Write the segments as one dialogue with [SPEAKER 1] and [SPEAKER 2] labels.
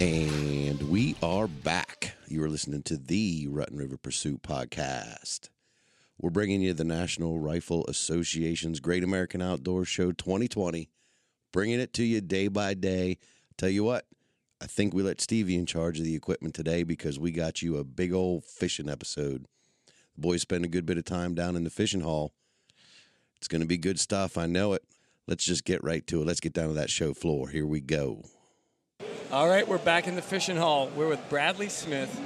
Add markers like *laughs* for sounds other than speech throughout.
[SPEAKER 1] And we are back. You are listening to the Rutten River Pursuit podcast. We're bringing you the National Rifle Association's Great American Outdoor Show 2020, bringing it to you day by day. Tell you what, I think we let Stevie in charge of the equipment today because we got you a big old fishing episode. The boys spend a good bit of time down in the fishing hall. It's going to be good stuff. I know it. Let's just get right to it. Let's get down to that show floor. Here we go.
[SPEAKER 2] All right, we're back in the fishing hall. We're with Bradley Smith.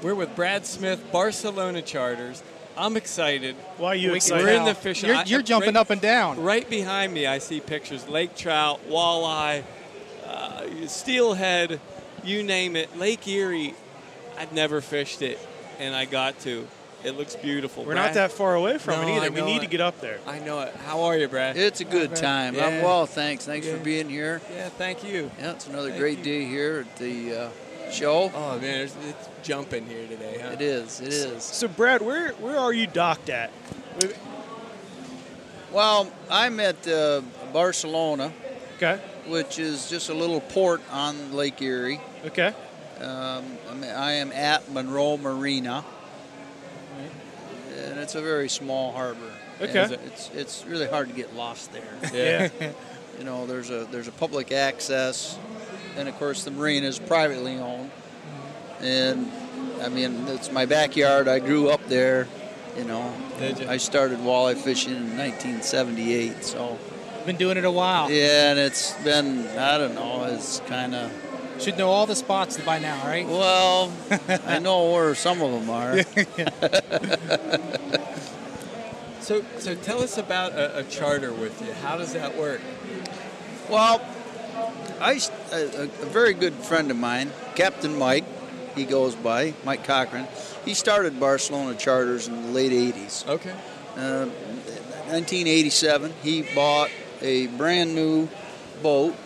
[SPEAKER 2] We're with Brad Smith, Barcelona Charters. I'm excited.
[SPEAKER 3] Why are you
[SPEAKER 2] We-
[SPEAKER 3] excited?
[SPEAKER 2] We're in the fishing.
[SPEAKER 4] You're,
[SPEAKER 2] I-
[SPEAKER 4] you're jumping
[SPEAKER 2] right-
[SPEAKER 4] up and down.
[SPEAKER 2] Right behind me, I see pictures: lake trout, walleye, uh, steelhead, you name it. Lake Erie. I've never fished it, and I got to. It looks beautiful.
[SPEAKER 3] We're not that far away from
[SPEAKER 2] No,
[SPEAKER 3] it
[SPEAKER 2] I
[SPEAKER 3] either. We
[SPEAKER 2] know
[SPEAKER 3] need to
[SPEAKER 2] it.
[SPEAKER 3] get up there.
[SPEAKER 2] I know it. How are you, Brad?
[SPEAKER 5] It's a good time.
[SPEAKER 2] Yeah.
[SPEAKER 5] I'm well, thanks. Thanks
[SPEAKER 2] Yeah.
[SPEAKER 5] for being here.
[SPEAKER 2] yeah, thank you.
[SPEAKER 5] Yeah, it's another
[SPEAKER 2] Thank
[SPEAKER 5] great
[SPEAKER 2] you.
[SPEAKER 5] day here at the uh, show.
[SPEAKER 2] Oh man, there's, it's jumping here today. Huh?
[SPEAKER 5] It is. It is.
[SPEAKER 3] So, Brad, where where are you docked at?
[SPEAKER 5] Well, I'm at uh, Barcelona,
[SPEAKER 3] Okay.
[SPEAKER 5] which is just a little port on Lake Erie.
[SPEAKER 3] Okay.
[SPEAKER 5] Um, I'm, I am at Monroe Marina, and it's a very small harbor. And
[SPEAKER 3] Okay.
[SPEAKER 5] It's it's really hard to get lost there.
[SPEAKER 3] Yeah.
[SPEAKER 4] *laughs*
[SPEAKER 5] you know, there's a there's a public access, and of course the marina is privately owned. And I mean, it's my backyard. I grew up there. You know,
[SPEAKER 2] Did ya?
[SPEAKER 5] I started walleye fishing in 1978. So
[SPEAKER 4] Been doing it a while.
[SPEAKER 5] yeah, and it's been I don't know. It's kind of
[SPEAKER 4] Should know all the spots by now, right?
[SPEAKER 5] well, I know where some of them are.
[SPEAKER 2] So, so tell us about a, a charter with you. How does that work?
[SPEAKER 5] Well, I s- a, a- a very good friend of mine, Captain Mike, he goes by Mike Cochran. He started Barcelona Charters in the late '80s.
[SPEAKER 2] Okay.
[SPEAKER 5] Uh, 1987, he bought a brand new boat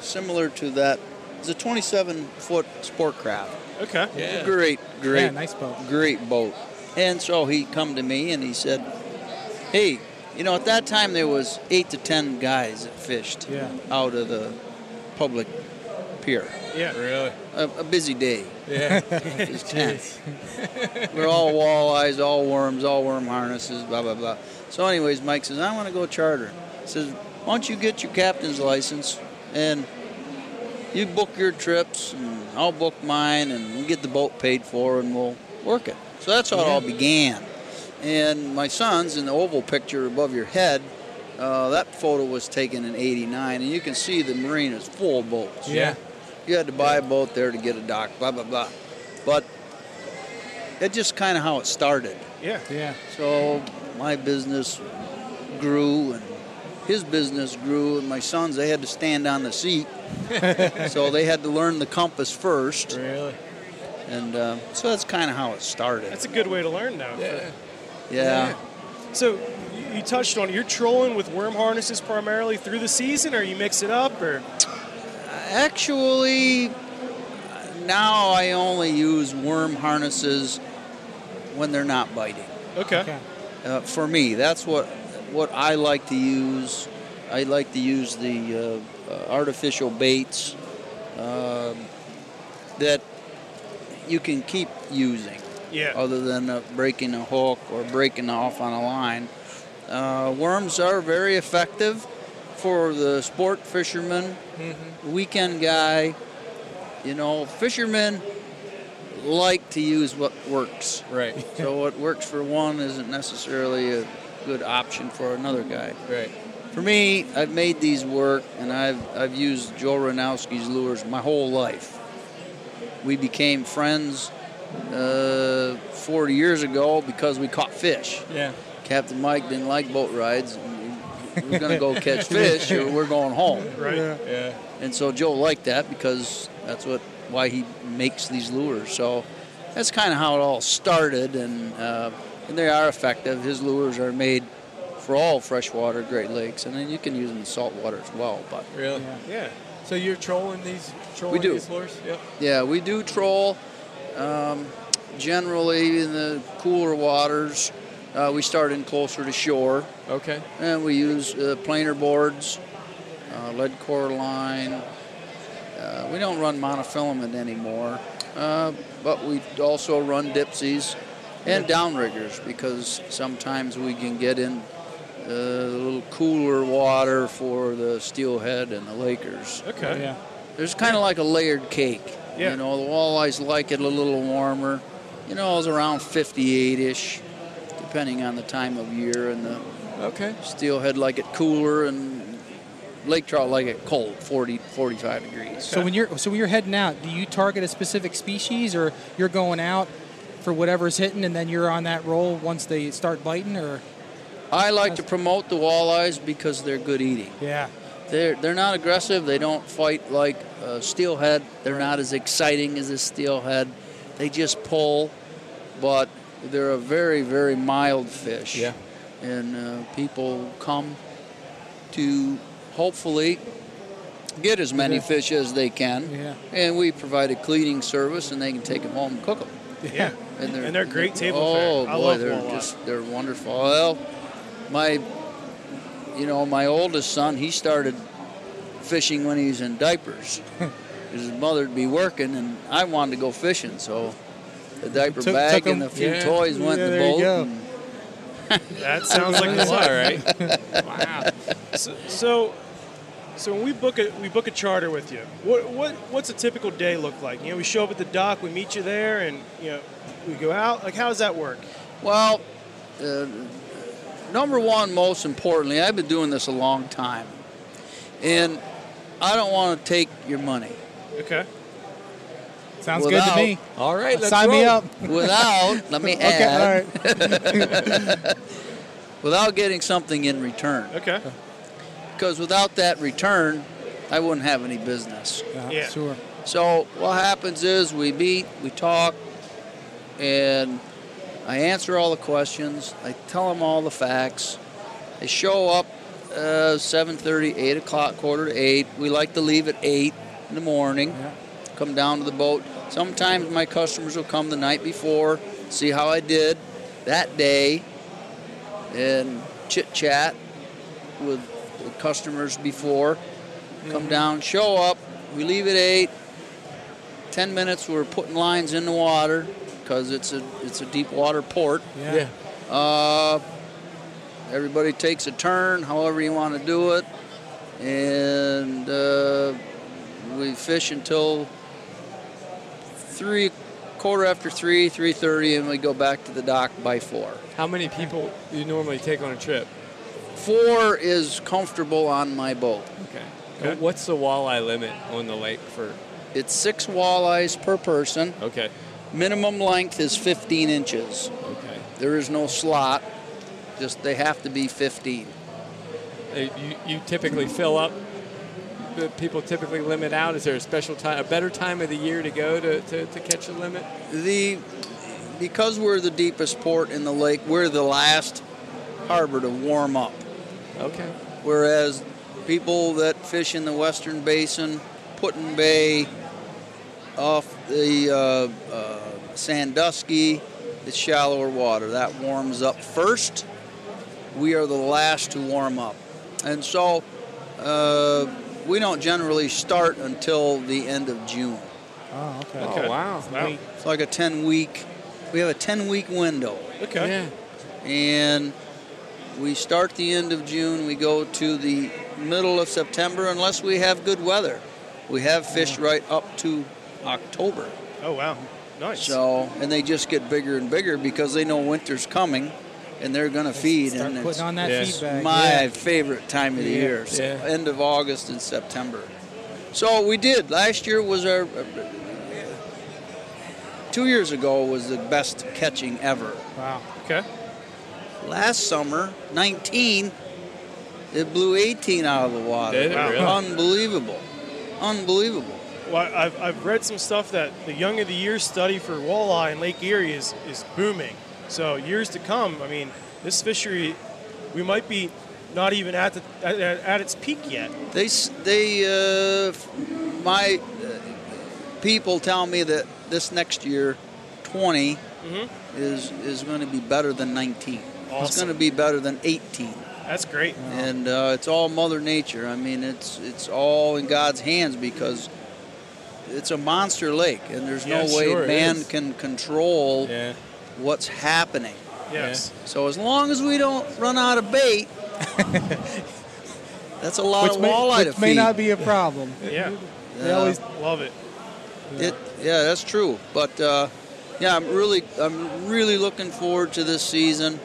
[SPEAKER 5] similar to that. It's a 27 foot sport craft.
[SPEAKER 3] Okay.
[SPEAKER 2] Yeah.
[SPEAKER 5] Great, great,
[SPEAKER 4] Yeah, nice boat.
[SPEAKER 5] great boat. And so he come to me and he said, "Hey, you know, at that time there was eight to ten guys that fished
[SPEAKER 3] Yeah.
[SPEAKER 5] out of the public pier.
[SPEAKER 3] Yeah.
[SPEAKER 2] Really?
[SPEAKER 5] A, a busy day *laughs*
[SPEAKER 2] Yeah.
[SPEAKER 5] is tense. We're all walleyes, all worms, all worm harnesses, blah blah blah. So, anyways, Mike says, "I want to go charter." He says, "Why don't you get your captain's license and you book your trips, and I'll book mine, and we'll get the boat paid for, and we'll work it." So that's how it all began. And my son's in the oval picture above your head. Uh, that photo was taken in '89, and you can see the marine is full of boats.
[SPEAKER 4] Yeah.
[SPEAKER 5] You had to buy a boat there to get a dock, blah, blah, blah. But that's just kind of how it started.
[SPEAKER 3] Yeah.
[SPEAKER 4] Yeah.
[SPEAKER 5] So my business grew and his business grew, and my sons, they had to stand on the seat. so they had to learn the compass first.
[SPEAKER 2] Really?
[SPEAKER 5] And uh, so that's kind of how it started.
[SPEAKER 3] That's a good way to learn, though.
[SPEAKER 2] Yeah.
[SPEAKER 5] Yeah.
[SPEAKER 3] So, you- you touched on it. You're trolling with worm harnesses primarily through the season, or you mix it up, or
[SPEAKER 5] Actually, now I only use worm harnesses when they're not biting.
[SPEAKER 3] okay.
[SPEAKER 4] Okay.
[SPEAKER 5] uh, for me, that's what what I like to use. I like to use the uh, uh, artificial baits uh, that you can keep using,
[SPEAKER 3] Yeah.
[SPEAKER 5] other than uh, breaking a hook or breaking off on a line. Uh, worms are very effective for the sport fisherman, weekend guy. You know, fishermen like to use what works.
[SPEAKER 2] Right.
[SPEAKER 5] So what works for one isn't necessarily a good option for another guy.
[SPEAKER 2] Right.
[SPEAKER 5] For me, I've made these work, and I've I've used Joe Ranowski's lures my whole life. We became friends uh, 40 years ago because we caught fish.
[SPEAKER 2] Yeah.
[SPEAKER 5] Captain Mike didn't like boat rides. And we we're gonna go catch fish, or we're going home.
[SPEAKER 3] Right.
[SPEAKER 2] Yeah.
[SPEAKER 5] And so Joe liked that because that's what why he makes these lures. So that's kind of how it all started, and uh, and they are effective. His lures are made for all freshwater Great Lakes, and then you can use them in saltwater as well. But
[SPEAKER 2] Really?
[SPEAKER 4] Yeah.
[SPEAKER 3] Yeah.
[SPEAKER 2] So you're trolling these trolling
[SPEAKER 5] do.
[SPEAKER 2] these lures? Yep.
[SPEAKER 5] yeah, we do troll um, generally in the cooler waters. Uh, we start in closer to shore,
[SPEAKER 2] Okay.
[SPEAKER 5] and we use uh, planer boards, uh, lead core line, Uh, we don't run monofilament anymore, uh, but we also run dipsies and downriggers because sometimes we can get in uh, a little cooler water for the steelhead and the lakers.
[SPEAKER 3] Okay.
[SPEAKER 4] Yeah.
[SPEAKER 5] There's kind of like a layered cake.
[SPEAKER 3] Yeah.
[SPEAKER 5] You know, the walleyes like it a little warmer. You know, it's around 58 ish, depending on the time of year, and the
[SPEAKER 2] Okay.
[SPEAKER 5] steelhead like it cooler, and lake trout like it cold, 40, 45 degrees.
[SPEAKER 4] So when you're so when you're heading out, do you target a specific species, or you're going out for whatever's hitting, and then you're on that roll once they start biting, or
[SPEAKER 5] I like to promote the walleyes because they're good eating.
[SPEAKER 4] yeah,
[SPEAKER 5] They're they're not aggressive. They don't fight like a steelhead. They're not as exciting as a steelhead. They just pull, but they're a very very mild fish.
[SPEAKER 4] Yeah.
[SPEAKER 5] And uh, people come to hopefully get as many
[SPEAKER 4] Yeah.
[SPEAKER 5] fish as they can.
[SPEAKER 4] Yeah.
[SPEAKER 5] And we provide a cleaning service, and they can take them home and cook them.
[SPEAKER 4] *laughs* yeah,
[SPEAKER 5] And they're,
[SPEAKER 3] And they're great table
[SPEAKER 5] oh,
[SPEAKER 3] fare.
[SPEAKER 5] boy,
[SPEAKER 3] I love
[SPEAKER 5] they're
[SPEAKER 3] walleye.
[SPEAKER 5] just they're wonderful. Well, my you know my oldest son he started fishing when he was in
[SPEAKER 4] *laughs*
[SPEAKER 5] diapers. His mother'd be working and I wanted to go fishing, so the diaper
[SPEAKER 4] Took-
[SPEAKER 5] bag
[SPEAKER 4] took 'em-
[SPEAKER 5] and a few
[SPEAKER 4] yeah.
[SPEAKER 5] toys went
[SPEAKER 4] Yeah,
[SPEAKER 5] in the
[SPEAKER 4] there you
[SPEAKER 5] boat.
[SPEAKER 4] go.
[SPEAKER 5] and-
[SPEAKER 3] That sounds like
[SPEAKER 2] That's
[SPEAKER 3] a
[SPEAKER 2] all
[SPEAKER 3] lot.
[SPEAKER 2] right.
[SPEAKER 4] wow.
[SPEAKER 3] *laughs* So, so, so when we book a we book a charter with you, what what what's a typical day look like? You know, we show up at the dock, we meet you there, and you know, we go out. Like, how does that work?
[SPEAKER 5] Well, uh, number one, most importantly, I've been doing this a long time, and I don't want to take your
[SPEAKER 4] *laughs*
[SPEAKER 5] money
[SPEAKER 3] Okay.
[SPEAKER 4] Sounds good
[SPEAKER 5] Without-
[SPEAKER 4] to me.
[SPEAKER 2] All right. Let's
[SPEAKER 4] Sign me
[SPEAKER 2] roll.
[SPEAKER 4] up.
[SPEAKER 5] without. let me add.
[SPEAKER 4] Okay, all right.
[SPEAKER 5] without getting something in return.
[SPEAKER 3] Okay.
[SPEAKER 4] Uh,
[SPEAKER 5] Because without that return, I wouldn't have any business.
[SPEAKER 3] Yeah.
[SPEAKER 4] Sure.
[SPEAKER 5] So what happens is we meet, we talk, and I answer all the questions. I tell them all the facts. They show up uh, 7:30, 8 o'clock, quarter to eight. We like to leave at eight in the morning.
[SPEAKER 4] Yeah.
[SPEAKER 5] Come down to the boat. Sometimes my customers will come the night before, see how I did that day, and chit chat with the customers before. Come down, show up. We leave at eight. Ten minutes, we're putting lines in the water because it's a it's a deep water port.
[SPEAKER 4] Yeah.
[SPEAKER 5] Uh, everybody takes a turn, however you want to do it, and uh, we fish until three quarter after three, three thirty, and we go back to the dock by four.
[SPEAKER 2] How many people do you normally take on a trip?
[SPEAKER 5] Four is comfortable on my boat.
[SPEAKER 2] Okay.
[SPEAKER 3] Okay.
[SPEAKER 2] Uh, What's the walleye limit on the lake for?
[SPEAKER 5] It's six walleyes per person.
[SPEAKER 2] Okay.
[SPEAKER 5] Minimum length is 15 inches.
[SPEAKER 2] Okay.
[SPEAKER 5] There is no slot. Just they have to be 15.
[SPEAKER 2] Uh, You, you typically fill up. The people typically limit out. Is there a special time, a better time of the year to go to, to, to catch a limit?
[SPEAKER 5] The because we're the deepest port in the lake, we're the last harbor to warm up.
[SPEAKER 2] Okay.
[SPEAKER 5] Whereas people that fish in the Western Basin, Putin Bay, off the uh, uh, Sandusky, it's shallower water. That warms up first. We are the last to warm up. And so uh, we don't generally start until the end of June.
[SPEAKER 4] Oh, okay.
[SPEAKER 2] Oh wow.
[SPEAKER 3] Wow.
[SPEAKER 5] It's like a 10 week, we have a 10 week window
[SPEAKER 3] Okay.
[SPEAKER 2] Yeah.
[SPEAKER 5] and we start the end of June. We go to the middle of September, unless we have good weather. We have fish right up to October.
[SPEAKER 3] Oh wow. Nice.
[SPEAKER 5] So, and they just get bigger and bigger because they know winter's coming, and they're going to feed.
[SPEAKER 4] Start
[SPEAKER 5] and it's
[SPEAKER 4] putting on that
[SPEAKER 2] Yeah.
[SPEAKER 4] feedback.
[SPEAKER 5] my
[SPEAKER 4] yeah.
[SPEAKER 5] favorite time of the year, so
[SPEAKER 2] yeah.
[SPEAKER 5] end of August and September. So we did. Last year was our. uh, Two years ago was the best catching ever
[SPEAKER 4] Wow.
[SPEAKER 3] Okay.
[SPEAKER 5] last summer, 19, it blew 18 out of the water.
[SPEAKER 2] Did it
[SPEAKER 3] Wow.
[SPEAKER 2] really?
[SPEAKER 5] Unbelievable. Unbelievable.
[SPEAKER 3] Well, I've, I've read some stuff that the Young of the Year study for walleye in Lake Erie is, is booming. So years to come, I mean, this fishery, we might be not even at the at, at at its peak yet.
[SPEAKER 5] They, s- they, uh, f- my uh, people tell me that this next year, 20, is is going to be better than 19. It's
[SPEAKER 3] Awesome.
[SPEAKER 5] going to be better than 18.
[SPEAKER 3] That's great.
[SPEAKER 5] and uh, it's all Mother Nature. I mean, it's it's all in God's hands because it's a monster lake, and there's
[SPEAKER 3] Yeah,
[SPEAKER 5] no way
[SPEAKER 3] sure it
[SPEAKER 5] man
[SPEAKER 3] is.
[SPEAKER 5] can control
[SPEAKER 6] Yeah.
[SPEAKER 5] what's happening.
[SPEAKER 3] Yes.
[SPEAKER 5] So as long as we don't run out of bait, that's a lot
[SPEAKER 4] Which,
[SPEAKER 5] of
[SPEAKER 4] may,
[SPEAKER 5] walleye
[SPEAKER 4] which
[SPEAKER 5] to
[SPEAKER 4] may
[SPEAKER 5] feed. Uh,
[SPEAKER 4] not be a problem.
[SPEAKER 3] Yeah. Uh,
[SPEAKER 4] They always
[SPEAKER 3] Love it.
[SPEAKER 5] It, yeah, that's true. But uh, yeah, I'm really, I'm really looking forward to this season.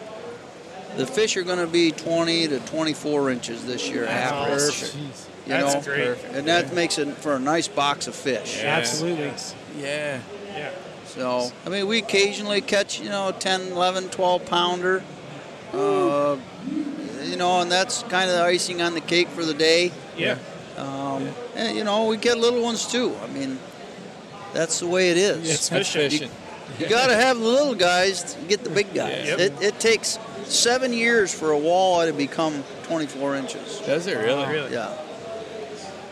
[SPEAKER 5] The fish are going to be 20 to 24 inches this year, average.
[SPEAKER 3] perfect.
[SPEAKER 6] Jeez.
[SPEAKER 5] You
[SPEAKER 3] That's
[SPEAKER 5] know,
[SPEAKER 3] great.
[SPEAKER 5] and that makes it for a nice box of fish.
[SPEAKER 6] Yeah.
[SPEAKER 4] Absolutely.
[SPEAKER 6] Yeah.
[SPEAKER 3] Yeah.
[SPEAKER 5] So, I mean, we occasionally catch, you know, 10, 11, 12 pounder. Uh, you know, and that's kind of the icing on the cake for the day.
[SPEAKER 3] Yeah.
[SPEAKER 5] Um, And, you know, we get little ones too. I mean, that's the way it is.
[SPEAKER 6] It's
[SPEAKER 3] fishing.
[SPEAKER 6] fishing.
[SPEAKER 5] You got to have the little guys to get the big guys.
[SPEAKER 3] Yep.
[SPEAKER 5] It, it takes seven years for a walleye to become 24 inches.
[SPEAKER 6] Does it really?
[SPEAKER 3] Really.
[SPEAKER 5] Yeah.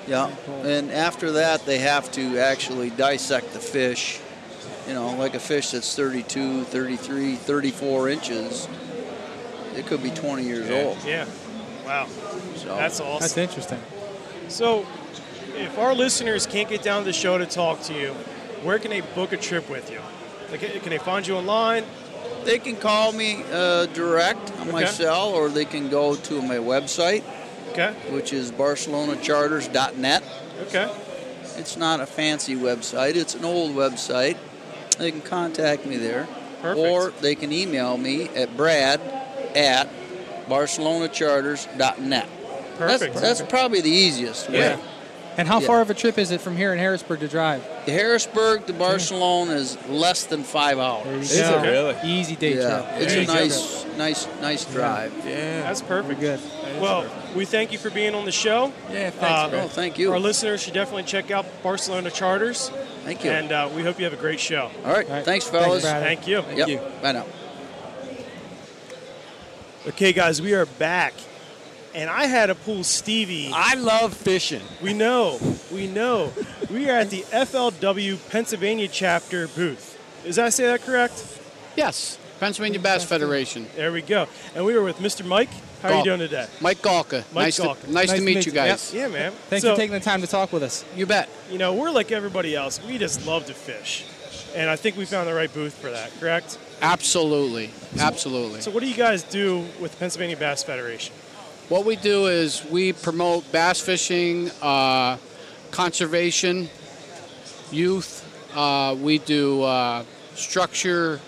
[SPEAKER 5] Yeah. And after that, they have to actually dissect the fish. You know, like a fish that's 32, 33, 34 inches, it could be 20 years
[SPEAKER 6] Yeah.
[SPEAKER 5] old.
[SPEAKER 3] Yeah. Wow.
[SPEAKER 5] So
[SPEAKER 3] That's
[SPEAKER 4] That's
[SPEAKER 3] awesome.
[SPEAKER 4] interesting.
[SPEAKER 3] So, if our listeners can't get down to the show to talk to you, where can they book a trip with you? Like, can they find you online?
[SPEAKER 5] They can call me uh, direct on my
[SPEAKER 3] Okay.
[SPEAKER 5] cell, or they can go to my website,
[SPEAKER 3] Okay.
[SPEAKER 5] which is barcelonacharters.net.
[SPEAKER 3] Okay.
[SPEAKER 5] It's not a fancy website. It's an old website. They can contact me there.
[SPEAKER 3] Perfect.
[SPEAKER 5] Or they can email me at brad at barcelonacharters.net.
[SPEAKER 3] Perfect.
[SPEAKER 5] That's, that's probably the easiest way.
[SPEAKER 3] Yeah.
[SPEAKER 4] And how
[SPEAKER 5] Yeah.
[SPEAKER 4] far of a trip is it from here in Harrisburg to drive?
[SPEAKER 5] Harrisburg to Barcelona is less than five hours.
[SPEAKER 6] Is it really?
[SPEAKER 4] Easy day
[SPEAKER 5] Yeah,
[SPEAKER 4] trip.
[SPEAKER 5] it's
[SPEAKER 3] There
[SPEAKER 5] a
[SPEAKER 3] you go.
[SPEAKER 5] nice, nice, nice drive.
[SPEAKER 6] Yeah.
[SPEAKER 3] That's perfect.
[SPEAKER 4] Good.
[SPEAKER 3] Well, we thank you for being on the show.
[SPEAKER 6] Yeah, thanks,
[SPEAKER 3] Uh,
[SPEAKER 5] Oh, thank you.
[SPEAKER 3] Our listeners should definitely check out Barcelona Charters,
[SPEAKER 5] Thank you.
[SPEAKER 3] and uh, we hope you have a great show.
[SPEAKER 5] All right,
[SPEAKER 4] All right.
[SPEAKER 5] thanks,
[SPEAKER 4] Thanks,
[SPEAKER 5] fellas.
[SPEAKER 4] Brad.
[SPEAKER 3] Thank you.
[SPEAKER 5] yep.
[SPEAKER 6] Thank you.
[SPEAKER 5] Bye now.
[SPEAKER 3] Okay, guys, we are back, and I had to pull Stevie.
[SPEAKER 6] I love fishing.
[SPEAKER 3] We know, we know, we are at the FLW Pennsylvania chapter booth. Does I say that correct?
[SPEAKER 7] Yes, Pennsylvania Bass Federation.
[SPEAKER 3] There we go. And we are with Mr. Mike. How are you
[SPEAKER 7] Gulk.
[SPEAKER 3] doing today?
[SPEAKER 7] Mike Galka.
[SPEAKER 3] Mike
[SPEAKER 7] nice,
[SPEAKER 3] Galka.
[SPEAKER 7] To, nice, to meet, you guys.
[SPEAKER 3] Yeah, man.
[SPEAKER 4] Thanks
[SPEAKER 3] so,
[SPEAKER 4] for taking the time to talk with us.
[SPEAKER 7] You bet.
[SPEAKER 3] You know, we're like everybody else. We just love to fish, and I think we found the right booth for that. Correct.
[SPEAKER 7] Absolutely. Absolutely.
[SPEAKER 3] So, what do you guys do with the Pennsylvania Bass Federation?
[SPEAKER 7] What we do is we promote bass fishing, uh, conservation, youth. Uh, we do uh, structure,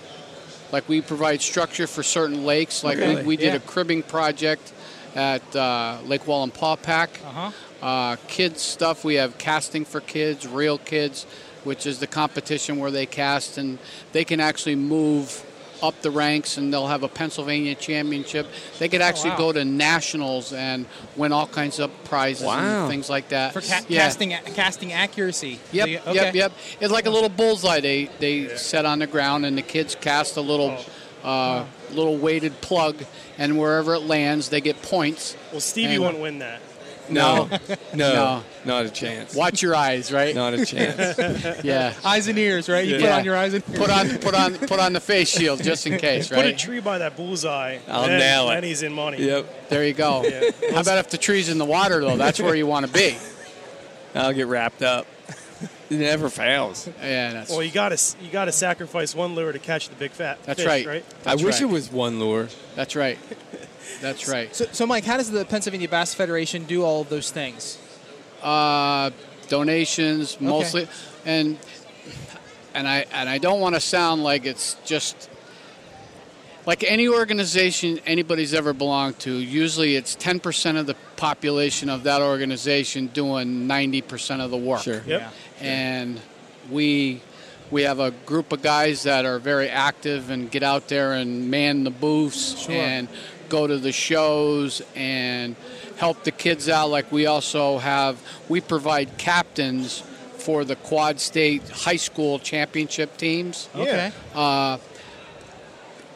[SPEAKER 7] like we provide structure for certain lakes. Like
[SPEAKER 4] Really?
[SPEAKER 7] we, we did
[SPEAKER 4] Yeah.
[SPEAKER 7] a cribbing project at uh, Lake Wallenpaw Pack.
[SPEAKER 4] Uh-huh.
[SPEAKER 7] Uh, kids stuff. We have casting for kids, real kids, which is the competition where they cast and they can actually move up the ranks and they'll have a Pennsylvania championship. They could actually
[SPEAKER 4] Oh, wow.
[SPEAKER 7] go to nationals and win all kinds of prizes
[SPEAKER 6] Wow.
[SPEAKER 7] and things like that.
[SPEAKER 4] For ca-
[SPEAKER 7] Yeah.
[SPEAKER 4] casting casting accuracy.
[SPEAKER 7] Yep,
[SPEAKER 4] So you- okay.
[SPEAKER 7] yep, yep. It's like a little bullseye. They they set on the ground, and the kids cast a little,
[SPEAKER 6] Oh.
[SPEAKER 7] uh, little weighted plug, and wherever it lands, they get points.
[SPEAKER 3] Well, Stevie
[SPEAKER 7] Anyway.
[SPEAKER 3] won't win that.
[SPEAKER 6] No. *laughs* No.
[SPEAKER 7] No.
[SPEAKER 6] Not a chance.
[SPEAKER 7] Watch your eyes, right? *laughs*
[SPEAKER 6] Not a chance.
[SPEAKER 7] Yeah.
[SPEAKER 4] Eyes and ears, right? You
[SPEAKER 6] Yeah.
[SPEAKER 4] put on your eyes and ears.
[SPEAKER 7] Put on, put on, put on the face shield just in case,
[SPEAKER 3] Put a
[SPEAKER 7] right?
[SPEAKER 3] tree by that bullseye.
[SPEAKER 6] I'll
[SPEAKER 3] then,
[SPEAKER 6] nail it.
[SPEAKER 3] Then he's in money.
[SPEAKER 6] yep.
[SPEAKER 7] There you go. How about if the tree's in the water though? That's where you want to be.
[SPEAKER 6] I'll get wrapped up. *laughs* It never fails.
[SPEAKER 7] Yeah, that's,
[SPEAKER 3] Well, you gotta you gotta sacrifice one lure to catch the big fat.
[SPEAKER 7] That's
[SPEAKER 3] fish,
[SPEAKER 7] right.
[SPEAKER 3] Right.
[SPEAKER 6] I
[SPEAKER 7] That's
[SPEAKER 6] wish
[SPEAKER 7] right.
[SPEAKER 6] it was one lure.
[SPEAKER 7] that's right. That's right.
[SPEAKER 4] So, so, Mike, how does the Pennsylvania Bass Federation do all of those things?
[SPEAKER 7] Uh, donations mostly, and and I and I don't want to sound like it's just like any organization anybody's ever belonged to. Usually, it's ten percent of the population of that organization doing ninety percent of the work.
[SPEAKER 6] Sure.
[SPEAKER 3] Yep.
[SPEAKER 7] and we we have a group of guys that are very active and get out there and man the booths
[SPEAKER 4] Sure.
[SPEAKER 7] and go to the shows and help the kids out like we also have we provide captains for the quad state high school championship teams
[SPEAKER 4] Okay.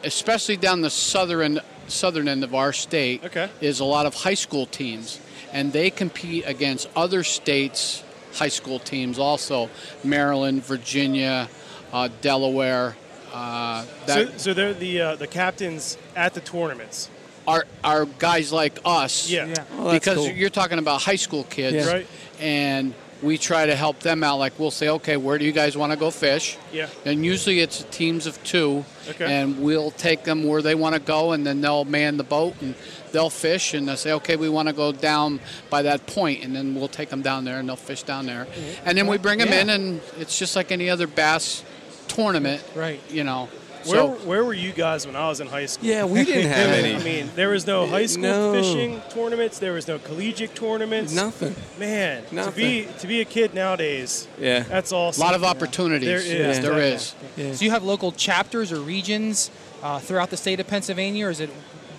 [SPEAKER 7] especially down the southern southern end of our state
[SPEAKER 3] Okay.
[SPEAKER 7] is a lot of high school teams and they compete against other states high school teams also maryland virginia uh, delaware uh, that
[SPEAKER 3] so, so they're the uh, the captains at the tournaments.
[SPEAKER 7] are, are guys like us
[SPEAKER 3] Yeah.
[SPEAKER 4] Yeah.
[SPEAKER 6] that's
[SPEAKER 7] because
[SPEAKER 6] cool.
[SPEAKER 7] you're talking about high school kids
[SPEAKER 3] Yeah. Right.
[SPEAKER 7] and we try to help them out. Like we'll say, okay, where do you guys want to go fish?
[SPEAKER 3] Yeah.
[SPEAKER 7] And usually it's teams of two,
[SPEAKER 3] Okay.
[SPEAKER 7] and we'll take them where they want to go, and then they'll man the boat and they'll fish, and they'll say, okay, we want to go down by that point, and then we'll take them down there and they'll fish down there,
[SPEAKER 3] Mm-hmm.
[SPEAKER 7] and then we bring them
[SPEAKER 4] Yeah.
[SPEAKER 7] in, and it's just like any other bass tournament,
[SPEAKER 4] Right.
[SPEAKER 7] You know.
[SPEAKER 3] Where,
[SPEAKER 7] so
[SPEAKER 3] where were you guys when I was in high school?
[SPEAKER 6] Yeah,
[SPEAKER 3] *laughs*
[SPEAKER 6] we didn't have
[SPEAKER 3] I
[SPEAKER 6] any.
[SPEAKER 3] mean, there was no high school
[SPEAKER 6] No.
[SPEAKER 3] fishing tournaments. There was no collegiate tournaments.
[SPEAKER 6] Nothing.
[SPEAKER 3] Man, to
[SPEAKER 6] Nothing.
[SPEAKER 3] be to be a kid nowadays,
[SPEAKER 6] Yeah.
[SPEAKER 3] that's awesome.
[SPEAKER 7] a lot of opportunities.
[SPEAKER 3] There is,
[SPEAKER 7] There
[SPEAKER 3] yeah.
[SPEAKER 7] is.
[SPEAKER 4] So you have local chapters or regions uh, throughout the state of Pennsylvania, or is it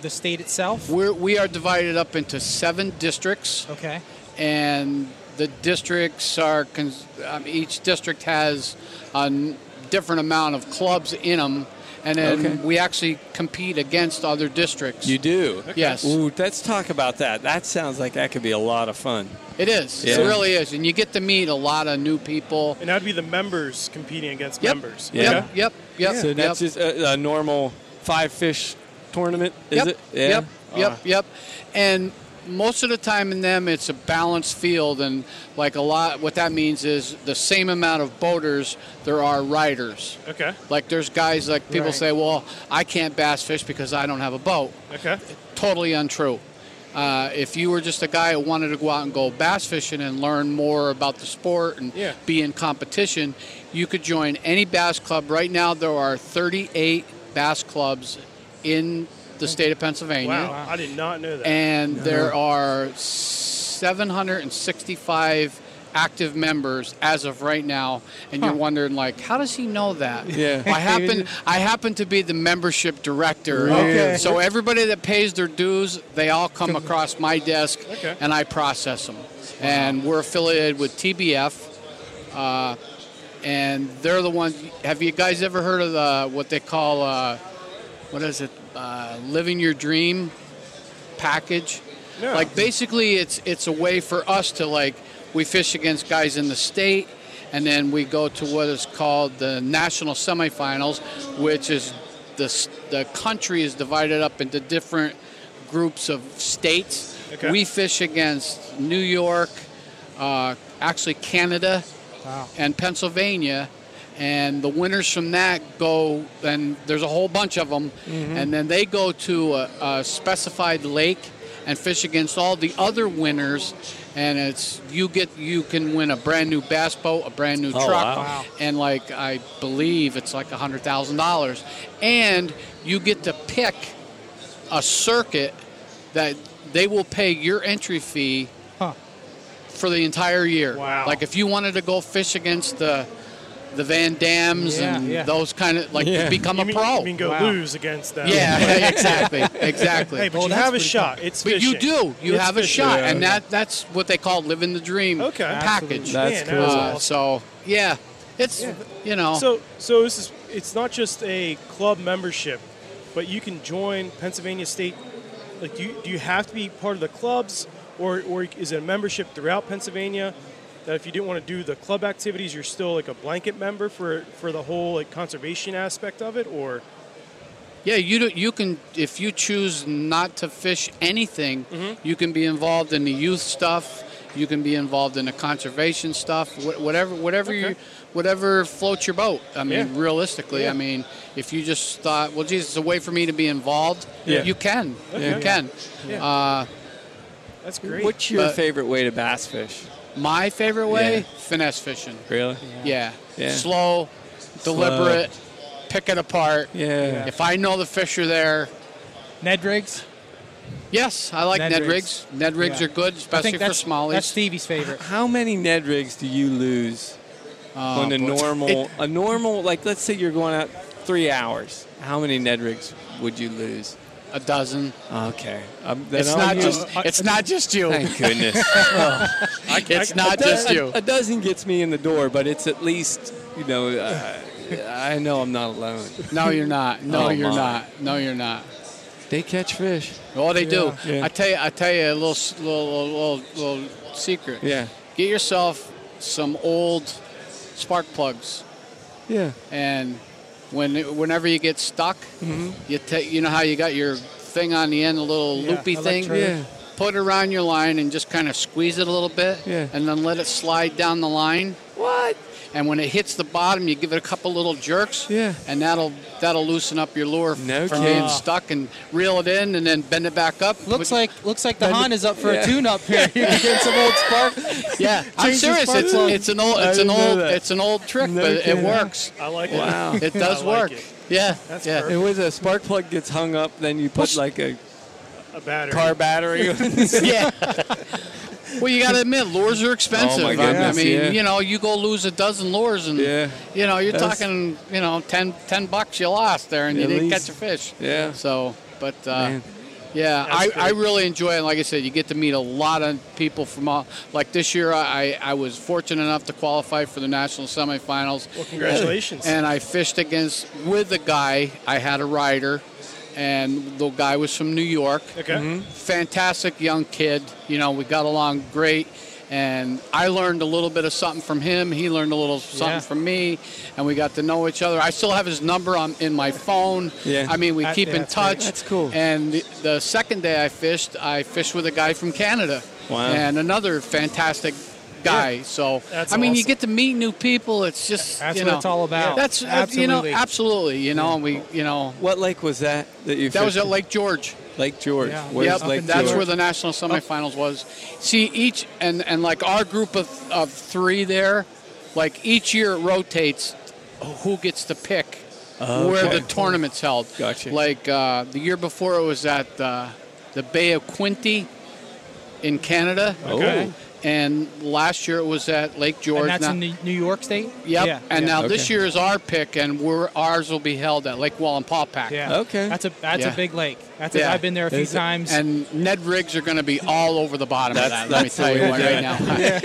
[SPEAKER 4] the state itself?
[SPEAKER 7] We're, we are divided up into seven districts.
[SPEAKER 4] Okay.
[SPEAKER 7] and the districts are cons- um, each district has a n- different amount of clubs in them and then
[SPEAKER 6] Okay.
[SPEAKER 7] we actually compete against other districts
[SPEAKER 6] You do?
[SPEAKER 7] Yes.
[SPEAKER 6] Ooh, let's talk about that. That sounds like that could be a lot of fun.
[SPEAKER 7] it is it
[SPEAKER 6] Yeah.
[SPEAKER 7] really is and you get to meet a lot of new people
[SPEAKER 3] And that'd be the members competing against
[SPEAKER 7] Yep.
[SPEAKER 3] members.
[SPEAKER 6] Yeah.
[SPEAKER 7] yep yep yep
[SPEAKER 6] so that's
[SPEAKER 7] yep.
[SPEAKER 6] just a, a normal five fish tournament, is
[SPEAKER 7] yep,
[SPEAKER 6] it? Yeah.
[SPEAKER 7] Yep, yep,
[SPEAKER 6] Uh,
[SPEAKER 7] yep. And most of the time in them, it's a balanced field, and like a lot, what that means is the same amount of boaters there are riders.
[SPEAKER 3] Okay.
[SPEAKER 7] Like there's guys like people
[SPEAKER 4] Right.
[SPEAKER 7] say, well, I can't bass fish because I don't have a boat.
[SPEAKER 3] Okay.
[SPEAKER 7] Totally untrue. Uh, if you were just a guy who wanted to go out and go bass fishing and learn more about the sport and
[SPEAKER 3] Yeah.
[SPEAKER 7] be in competition, you could join any bass club. Right now, there are 38 bass clubs in the state of Pennsylvania,
[SPEAKER 3] Wow. I did not know that.
[SPEAKER 7] and there are 765 active members as of right now and you're wondering like how does he know that
[SPEAKER 6] Yeah.
[SPEAKER 7] *laughs* i happen i happen to be the membership director
[SPEAKER 4] Okay.
[SPEAKER 7] so everybody that pays their dues they all come across my desk
[SPEAKER 3] Okay.
[SPEAKER 7] and i process them and we're affiliated with tbf uh, and they're the ones have you guys ever heard of the what they call uh, what is it uh, living your dream package.
[SPEAKER 3] Yeah.
[SPEAKER 7] Like basically, it's it's a way for us to like we fish against guys in the state, and then we go to what is called the national semifinals, which is the s- the country is divided up into different groups of states.
[SPEAKER 3] Okay.
[SPEAKER 7] We fish against New York, uh, actually Canada,
[SPEAKER 4] Wow.
[SPEAKER 7] and Pennsylvania. And the winners from that go, and there's a whole bunch of them, and then they go to a, a specified lake and fish against all the other winners. And it's you get you can win a brand new bass boat, a brand new
[SPEAKER 6] Oh,
[SPEAKER 7] truck,
[SPEAKER 6] wow.
[SPEAKER 4] Wow.
[SPEAKER 7] and like I believe it's like a hundred thousand dollars, and you get to pick a circuit that they will pay your entry fee
[SPEAKER 4] Huh.
[SPEAKER 7] for the entire year.
[SPEAKER 3] Wow.
[SPEAKER 7] Like if you wanted to go fish against the the Van Dams
[SPEAKER 4] Yeah,
[SPEAKER 7] and
[SPEAKER 4] yeah.
[SPEAKER 7] those kind of like
[SPEAKER 6] Yeah.
[SPEAKER 7] become
[SPEAKER 3] you
[SPEAKER 7] a
[SPEAKER 3] mean,
[SPEAKER 7] pro.
[SPEAKER 3] You mean go
[SPEAKER 4] Wow.
[SPEAKER 3] lose against them?
[SPEAKER 7] yeah, exactly, exactly.
[SPEAKER 3] *laughs* Hey, but
[SPEAKER 4] Oh,
[SPEAKER 3] you
[SPEAKER 4] that's
[SPEAKER 3] have a
[SPEAKER 4] pretty
[SPEAKER 3] shot. It's
[SPEAKER 7] But you
[SPEAKER 3] fishing.
[SPEAKER 7] do. You
[SPEAKER 3] It's
[SPEAKER 7] have a
[SPEAKER 3] fishing.
[SPEAKER 7] shot, and that that's what they call living the dream
[SPEAKER 3] Okay.
[SPEAKER 7] package.
[SPEAKER 6] Absolutely.
[SPEAKER 3] Man,
[SPEAKER 6] That's
[SPEAKER 3] that
[SPEAKER 6] cool.
[SPEAKER 3] was
[SPEAKER 7] Uh,
[SPEAKER 3] awesome.
[SPEAKER 7] So yeah, it's you know.
[SPEAKER 3] So, so this is it's not just a club membership, but you can join Pennsylvania State. Like, do you, do you have to be part of the clubs, or or is it a membership throughout Pennsylvania? That if you didn't want to do the club activities, you're still like a blanket member for for the whole like conservation aspect of it, or
[SPEAKER 7] Yeah, you do, you can if you choose not to fish anything,
[SPEAKER 6] Mm-hmm.
[SPEAKER 7] you can be involved in the youth stuff. You can be involved in the conservation stuff. wh- Whatever, whatever you, whatever floats your boat. I mean,
[SPEAKER 3] Yeah.
[SPEAKER 7] realistically,
[SPEAKER 3] Yeah.
[SPEAKER 7] I mean, if you just thought, well, geez, it's a way for me to be involved.
[SPEAKER 6] Yeah.
[SPEAKER 7] You can,
[SPEAKER 3] Okay.
[SPEAKER 7] you can.
[SPEAKER 3] Yeah.
[SPEAKER 7] Uh,
[SPEAKER 3] that's great.
[SPEAKER 6] What's your
[SPEAKER 7] But-
[SPEAKER 6] favorite way to bass fish?
[SPEAKER 7] my favorite way,
[SPEAKER 6] Yeah.
[SPEAKER 7] finesse fishing.
[SPEAKER 6] Really?
[SPEAKER 7] Yeah.
[SPEAKER 6] Yeah.
[SPEAKER 7] Slow, deliberate, pick it apart.
[SPEAKER 6] Yeah.
[SPEAKER 7] If I know the fish are there,
[SPEAKER 4] Ned Riggs.
[SPEAKER 7] Yes, I like
[SPEAKER 4] Ned
[SPEAKER 7] Ned,
[SPEAKER 4] rigs.
[SPEAKER 7] rigs. Ned rigs
[SPEAKER 4] Yeah.
[SPEAKER 7] are good,
[SPEAKER 4] I
[SPEAKER 7] especially
[SPEAKER 4] think
[SPEAKER 7] for
[SPEAKER 4] that's
[SPEAKER 7] smallies.
[SPEAKER 4] That's
[SPEAKER 7] *laughs*
[SPEAKER 4] Stevie's favorite.
[SPEAKER 6] How many Ned rigs do you lose
[SPEAKER 7] Uh,
[SPEAKER 6] on a
[SPEAKER 7] but-
[SPEAKER 6] normal,
[SPEAKER 7] *laughs* It-
[SPEAKER 6] a normal, like let's say you're going out three hours? How many Ned rigs would you lose?
[SPEAKER 7] a dozen.
[SPEAKER 6] Okay. Um, then
[SPEAKER 7] It's
[SPEAKER 6] I'll
[SPEAKER 7] not
[SPEAKER 6] use- *laughs*
[SPEAKER 7] just. It's not just you.
[SPEAKER 6] Thank goodness.
[SPEAKER 7] It's
[SPEAKER 6] a
[SPEAKER 7] not
[SPEAKER 6] do-
[SPEAKER 7] just
[SPEAKER 4] *laughs*
[SPEAKER 6] a-
[SPEAKER 7] you.
[SPEAKER 6] A dozen gets me in the door, but it's at least, you know, uh, I know I'm not alone.
[SPEAKER 7] No, you're not. No,
[SPEAKER 6] Oh,
[SPEAKER 7] you're
[SPEAKER 6] my.
[SPEAKER 7] not. No, you're not.
[SPEAKER 6] They catch fish.
[SPEAKER 7] Oh, they do.
[SPEAKER 6] Yeah.
[SPEAKER 7] I tell you. I tell you a little, s- little, little, little, little secret.
[SPEAKER 6] Yeah.
[SPEAKER 7] Get yourself some old spark plugs,
[SPEAKER 6] Yeah.
[SPEAKER 7] and when whenever you get
[SPEAKER 6] Mm-hmm.
[SPEAKER 7] stuck, you take. You know how you got your thing on the end, a little
[SPEAKER 4] Yeah,
[SPEAKER 7] loopy thing.
[SPEAKER 4] electrode.
[SPEAKER 6] Yeah.
[SPEAKER 7] put it around your line and just kind of squeeze it a little bit,
[SPEAKER 6] Yeah.
[SPEAKER 7] and then let it slide down the line. What? And when it hits the bottom, you give it a couple little jerks,
[SPEAKER 6] Yeah.
[SPEAKER 7] and that'll that'll loosen up your lure
[SPEAKER 6] No
[SPEAKER 7] from
[SPEAKER 6] kidding.
[SPEAKER 7] being stuck, and reel it in, and then bend it back up.
[SPEAKER 4] Looks like looks like the
[SPEAKER 7] Bend it-
[SPEAKER 4] Honda's up for
[SPEAKER 6] *laughs* yeah.
[SPEAKER 4] a tune-up here. You can get some old spark.
[SPEAKER 7] *laughs* yeah. I'm
[SPEAKER 6] Change the
[SPEAKER 7] serious.
[SPEAKER 6] spark
[SPEAKER 7] It's,
[SPEAKER 6] plug.
[SPEAKER 7] it's an old
[SPEAKER 6] I
[SPEAKER 7] it's an
[SPEAKER 6] didn't know
[SPEAKER 7] old
[SPEAKER 6] that.
[SPEAKER 7] it's an old trick,
[SPEAKER 6] No
[SPEAKER 7] but it
[SPEAKER 6] kidding. *laughs*
[SPEAKER 7] works.
[SPEAKER 3] I like it. *laughs*
[SPEAKER 6] Wow.
[SPEAKER 7] It does
[SPEAKER 3] I like
[SPEAKER 7] work.
[SPEAKER 3] it.
[SPEAKER 7] Yeah.
[SPEAKER 3] That's
[SPEAKER 7] yeah.
[SPEAKER 3] perfect.
[SPEAKER 6] And when the spark plug gets hung up, then you put like a
[SPEAKER 3] A battery.
[SPEAKER 6] car battery.
[SPEAKER 7] *laughs*
[SPEAKER 6] *laughs*
[SPEAKER 7] yeah. Well, you got to admit, lures are expensive.
[SPEAKER 6] Oh, my
[SPEAKER 7] I
[SPEAKER 6] goodness,
[SPEAKER 7] mean,
[SPEAKER 6] yeah.
[SPEAKER 7] you know, you go lose a dozen lures, and
[SPEAKER 6] Yeah.
[SPEAKER 7] you know, you're
[SPEAKER 6] That's-
[SPEAKER 7] talking, you know, 10, 10 bucks you lost there, and you
[SPEAKER 6] At
[SPEAKER 7] didn't
[SPEAKER 6] least.
[SPEAKER 7] catch a fish.
[SPEAKER 6] yeah.
[SPEAKER 7] So, but uh,
[SPEAKER 6] Man.
[SPEAKER 7] yeah, I,
[SPEAKER 3] That's
[SPEAKER 7] I
[SPEAKER 3] great.
[SPEAKER 7] really enjoy it. Like I said, you get to meet a lot of people from all. Like this year, I I was fortunate enough to qualify for the national semifinals.
[SPEAKER 3] Well, congratulations.
[SPEAKER 7] And I fished against with a guy. I had a rider, and the guy was from New York
[SPEAKER 3] okay.
[SPEAKER 7] Mm-hmm. fantastic young kid. You know, we got along great. And I learned a little bit of something from him. He learned a little something
[SPEAKER 3] Yeah.
[SPEAKER 7] from me, and we got to know each other. I still have his number on in my phone.
[SPEAKER 6] Yeah.
[SPEAKER 7] I mean, we
[SPEAKER 3] That-
[SPEAKER 7] keep in
[SPEAKER 3] that's great.
[SPEAKER 7] touch.
[SPEAKER 6] That's cool.
[SPEAKER 7] And the, the second day I fished, I fished with a guy from Canada.
[SPEAKER 6] Wow.
[SPEAKER 7] And another fantastic guy. So
[SPEAKER 3] That's
[SPEAKER 7] I mean, you
[SPEAKER 3] awesome.
[SPEAKER 7] get to meet new people. It's just
[SPEAKER 4] That's
[SPEAKER 7] you
[SPEAKER 4] what
[SPEAKER 7] know,
[SPEAKER 4] it's all about.
[SPEAKER 7] That's absolutely. you know
[SPEAKER 4] Absolutely.
[SPEAKER 7] absolutely. You know, and we you know
[SPEAKER 6] What lake was that that you
[SPEAKER 7] that was
[SPEAKER 6] fished
[SPEAKER 7] at Lake George.
[SPEAKER 6] in? Lake George.
[SPEAKER 4] Yeah.
[SPEAKER 6] Where's
[SPEAKER 7] Yep,
[SPEAKER 6] Lake
[SPEAKER 7] that's
[SPEAKER 6] George?
[SPEAKER 7] where the national semifinals was. See, each and and like our group of, of three there, like each year it rotates who gets to pick where the tournament's held.
[SPEAKER 6] Gotcha.
[SPEAKER 7] Like uh, the year before, it was at uh, the Bay of Quinte in Canada.
[SPEAKER 6] Oh,
[SPEAKER 3] Okay.
[SPEAKER 7] And last year it was at Lake George.
[SPEAKER 4] And that's
[SPEAKER 7] Now-
[SPEAKER 4] in New- New York State.
[SPEAKER 7] Yep.
[SPEAKER 4] Yeah.
[SPEAKER 7] and
[SPEAKER 4] yeah.
[SPEAKER 7] now this
[SPEAKER 6] Okay.
[SPEAKER 7] year is our pick, and we're ours will be held at Lake Wallenpaupack.
[SPEAKER 4] Yeah.
[SPEAKER 6] Okay.
[SPEAKER 4] That's a that's
[SPEAKER 7] Yeah.
[SPEAKER 4] a big lake. That's
[SPEAKER 7] Yeah.
[SPEAKER 4] a, I've been there a few
[SPEAKER 6] Is it-
[SPEAKER 4] times. *laughs*
[SPEAKER 7] And Ned rigs are going to be all over the bottom
[SPEAKER 6] That's-
[SPEAKER 7] of that. Let me
[SPEAKER 6] that's the
[SPEAKER 7] tell you
[SPEAKER 6] way
[SPEAKER 7] what,
[SPEAKER 6] to do
[SPEAKER 7] right
[SPEAKER 6] *laughs*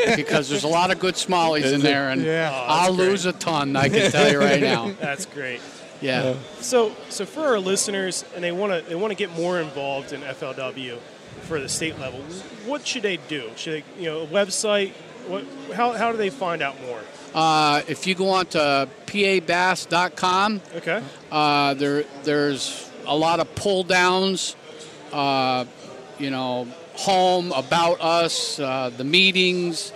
[SPEAKER 7] now, because there's a lot of good smallies in there, and
[SPEAKER 4] Yeah. Oh,
[SPEAKER 7] I'll lose a ton. I can tell you right now. *laughs*
[SPEAKER 3] That's great.
[SPEAKER 7] Yeah.
[SPEAKER 3] So, so for our listeners, and they want to they want to get more involved in FLW for the state level. What should they do? Should they, you know, a website? What? How, how do they find out more?
[SPEAKER 7] Uh, if you go on to pabass.com,
[SPEAKER 3] Okay.
[SPEAKER 7] uh, there there's a lot of pull downs. Uh, you know, home about us, uh, the meetings,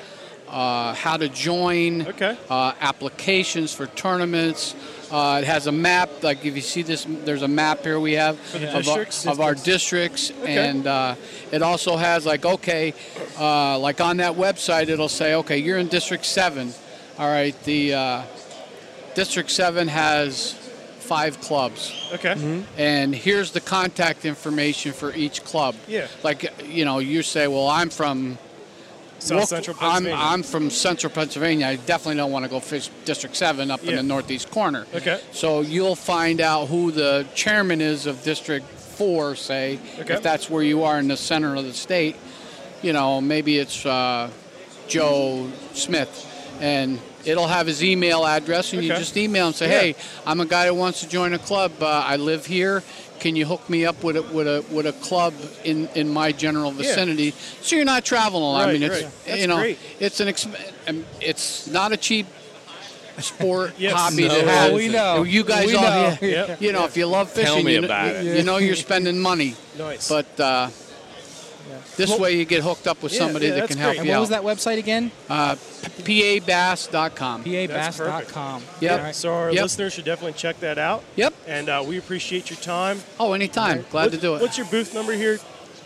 [SPEAKER 7] uh, how to join.
[SPEAKER 3] Okay.
[SPEAKER 7] uh, applications for tournaments. Uh, it has a map. Like if you see this, there's a map here we have
[SPEAKER 3] the
[SPEAKER 7] of,
[SPEAKER 3] districts?
[SPEAKER 7] our, of our districts,
[SPEAKER 3] Okay.
[SPEAKER 7] and uh, it also has like okay, uh, like on that website it'll say okay you're in District Seven. All right, the uh, District Seven has five clubs
[SPEAKER 3] Okay.
[SPEAKER 7] Mm-hmm. and here's the contact information for each club.
[SPEAKER 3] Yeah.
[SPEAKER 7] Like you know, you say, well, I'm from
[SPEAKER 3] South Central Pennsylvania.
[SPEAKER 7] I'm, I'm from Central Pennsylvania. I definitely don't want to go fish District Seven up in
[SPEAKER 3] Yeah.
[SPEAKER 7] the northeast corner.
[SPEAKER 3] Okay.
[SPEAKER 7] So you'll find out who the chairman is of District Four, say,
[SPEAKER 3] Okay.
[SPEAKER 7] if that's where you are in the center of the state. You know, maybe it's uh, Joe Smith, and it'll have his email address, and you
[SPEAKER 3] Okay.
[SPEAKER 7] just email and say,
[SPEAKER 3] Yeah.
[SPEAKER 7] "Hey, I'm a guy who wants to join a club. Uh, I live here. Can you hook me up with a with a with a club in in my general vicinity?" So you're not traveling. a lot. I
[SPEAKER 3] Right,
[SPEAKER 7] mean, it's
[SPEAKER 3] right. That's
[SPEAKER 7] you know,
[SPEAKER 3] great.
[SPEAKER 7] it's an exp- um, it's not a cheap sport
[SPEAKER 3] *laughs* Yes.
[SPEAKER 7] hobby
[SPEAKER 6] No,
[SPEAKER 7] to
[SPEAKER 6] it
[SPEAKER 7] have.
[SPEAKER 6] isn't.
[SPEAKER 4] We know.
[SPEAKER 7] You guys
[SPEAKER 4] We
[SPEAKER 7] all,
[SPEAKER 4] *laughs* know.
[SPEAKER 7] you-
[SPEAKER 3] Yep.
[SPEAKER 7] you know, if you love fishing,
[SPEAKER 6] me
[SPEAKER 7] you, kn-
[SPEAKER 6] about it.
[SPEAKER 7] you- you know you're spending money.
[SPEAKER 3] Nice.
[SPEAKER 7] But uh, this way, you get hooked up with
[SPEAKER 3] Yeah,
[SPEAKER 7] somebody
[SPEAKER 3] yeah,
[SPEAKER 7] that can
[SPEAKER 3] that's
[SPEAKER 7] help
[SPEAKER 3] great.
[SPEAKER 7] you
[SPEAKER 4] And what
[SPEAKER 7] out.
[SPEAKER 4] was that website again?
[SPEAKER 7] Uh, pabass.com.
[SPEAKER 3] That's perfect.
[SPEAKER 4] PABass.com.
[SPEAKER 7] Yep.
[SPEAKER 4] All right.
[SPEAKER 3] So our
[SPEAKER 7] Yep.
[SPEAKER 3] listeners should definitely check that out.
[SPEAKER 7] Yep.
[SPEAKER 3] And uh, we appreciate your time.
[SPEAKER 7] Oh, anytime. Glad
[SPEAKER 3] What-
[SPEAKER 7] to do it.
[SPEAKER 3] What's your booth number here?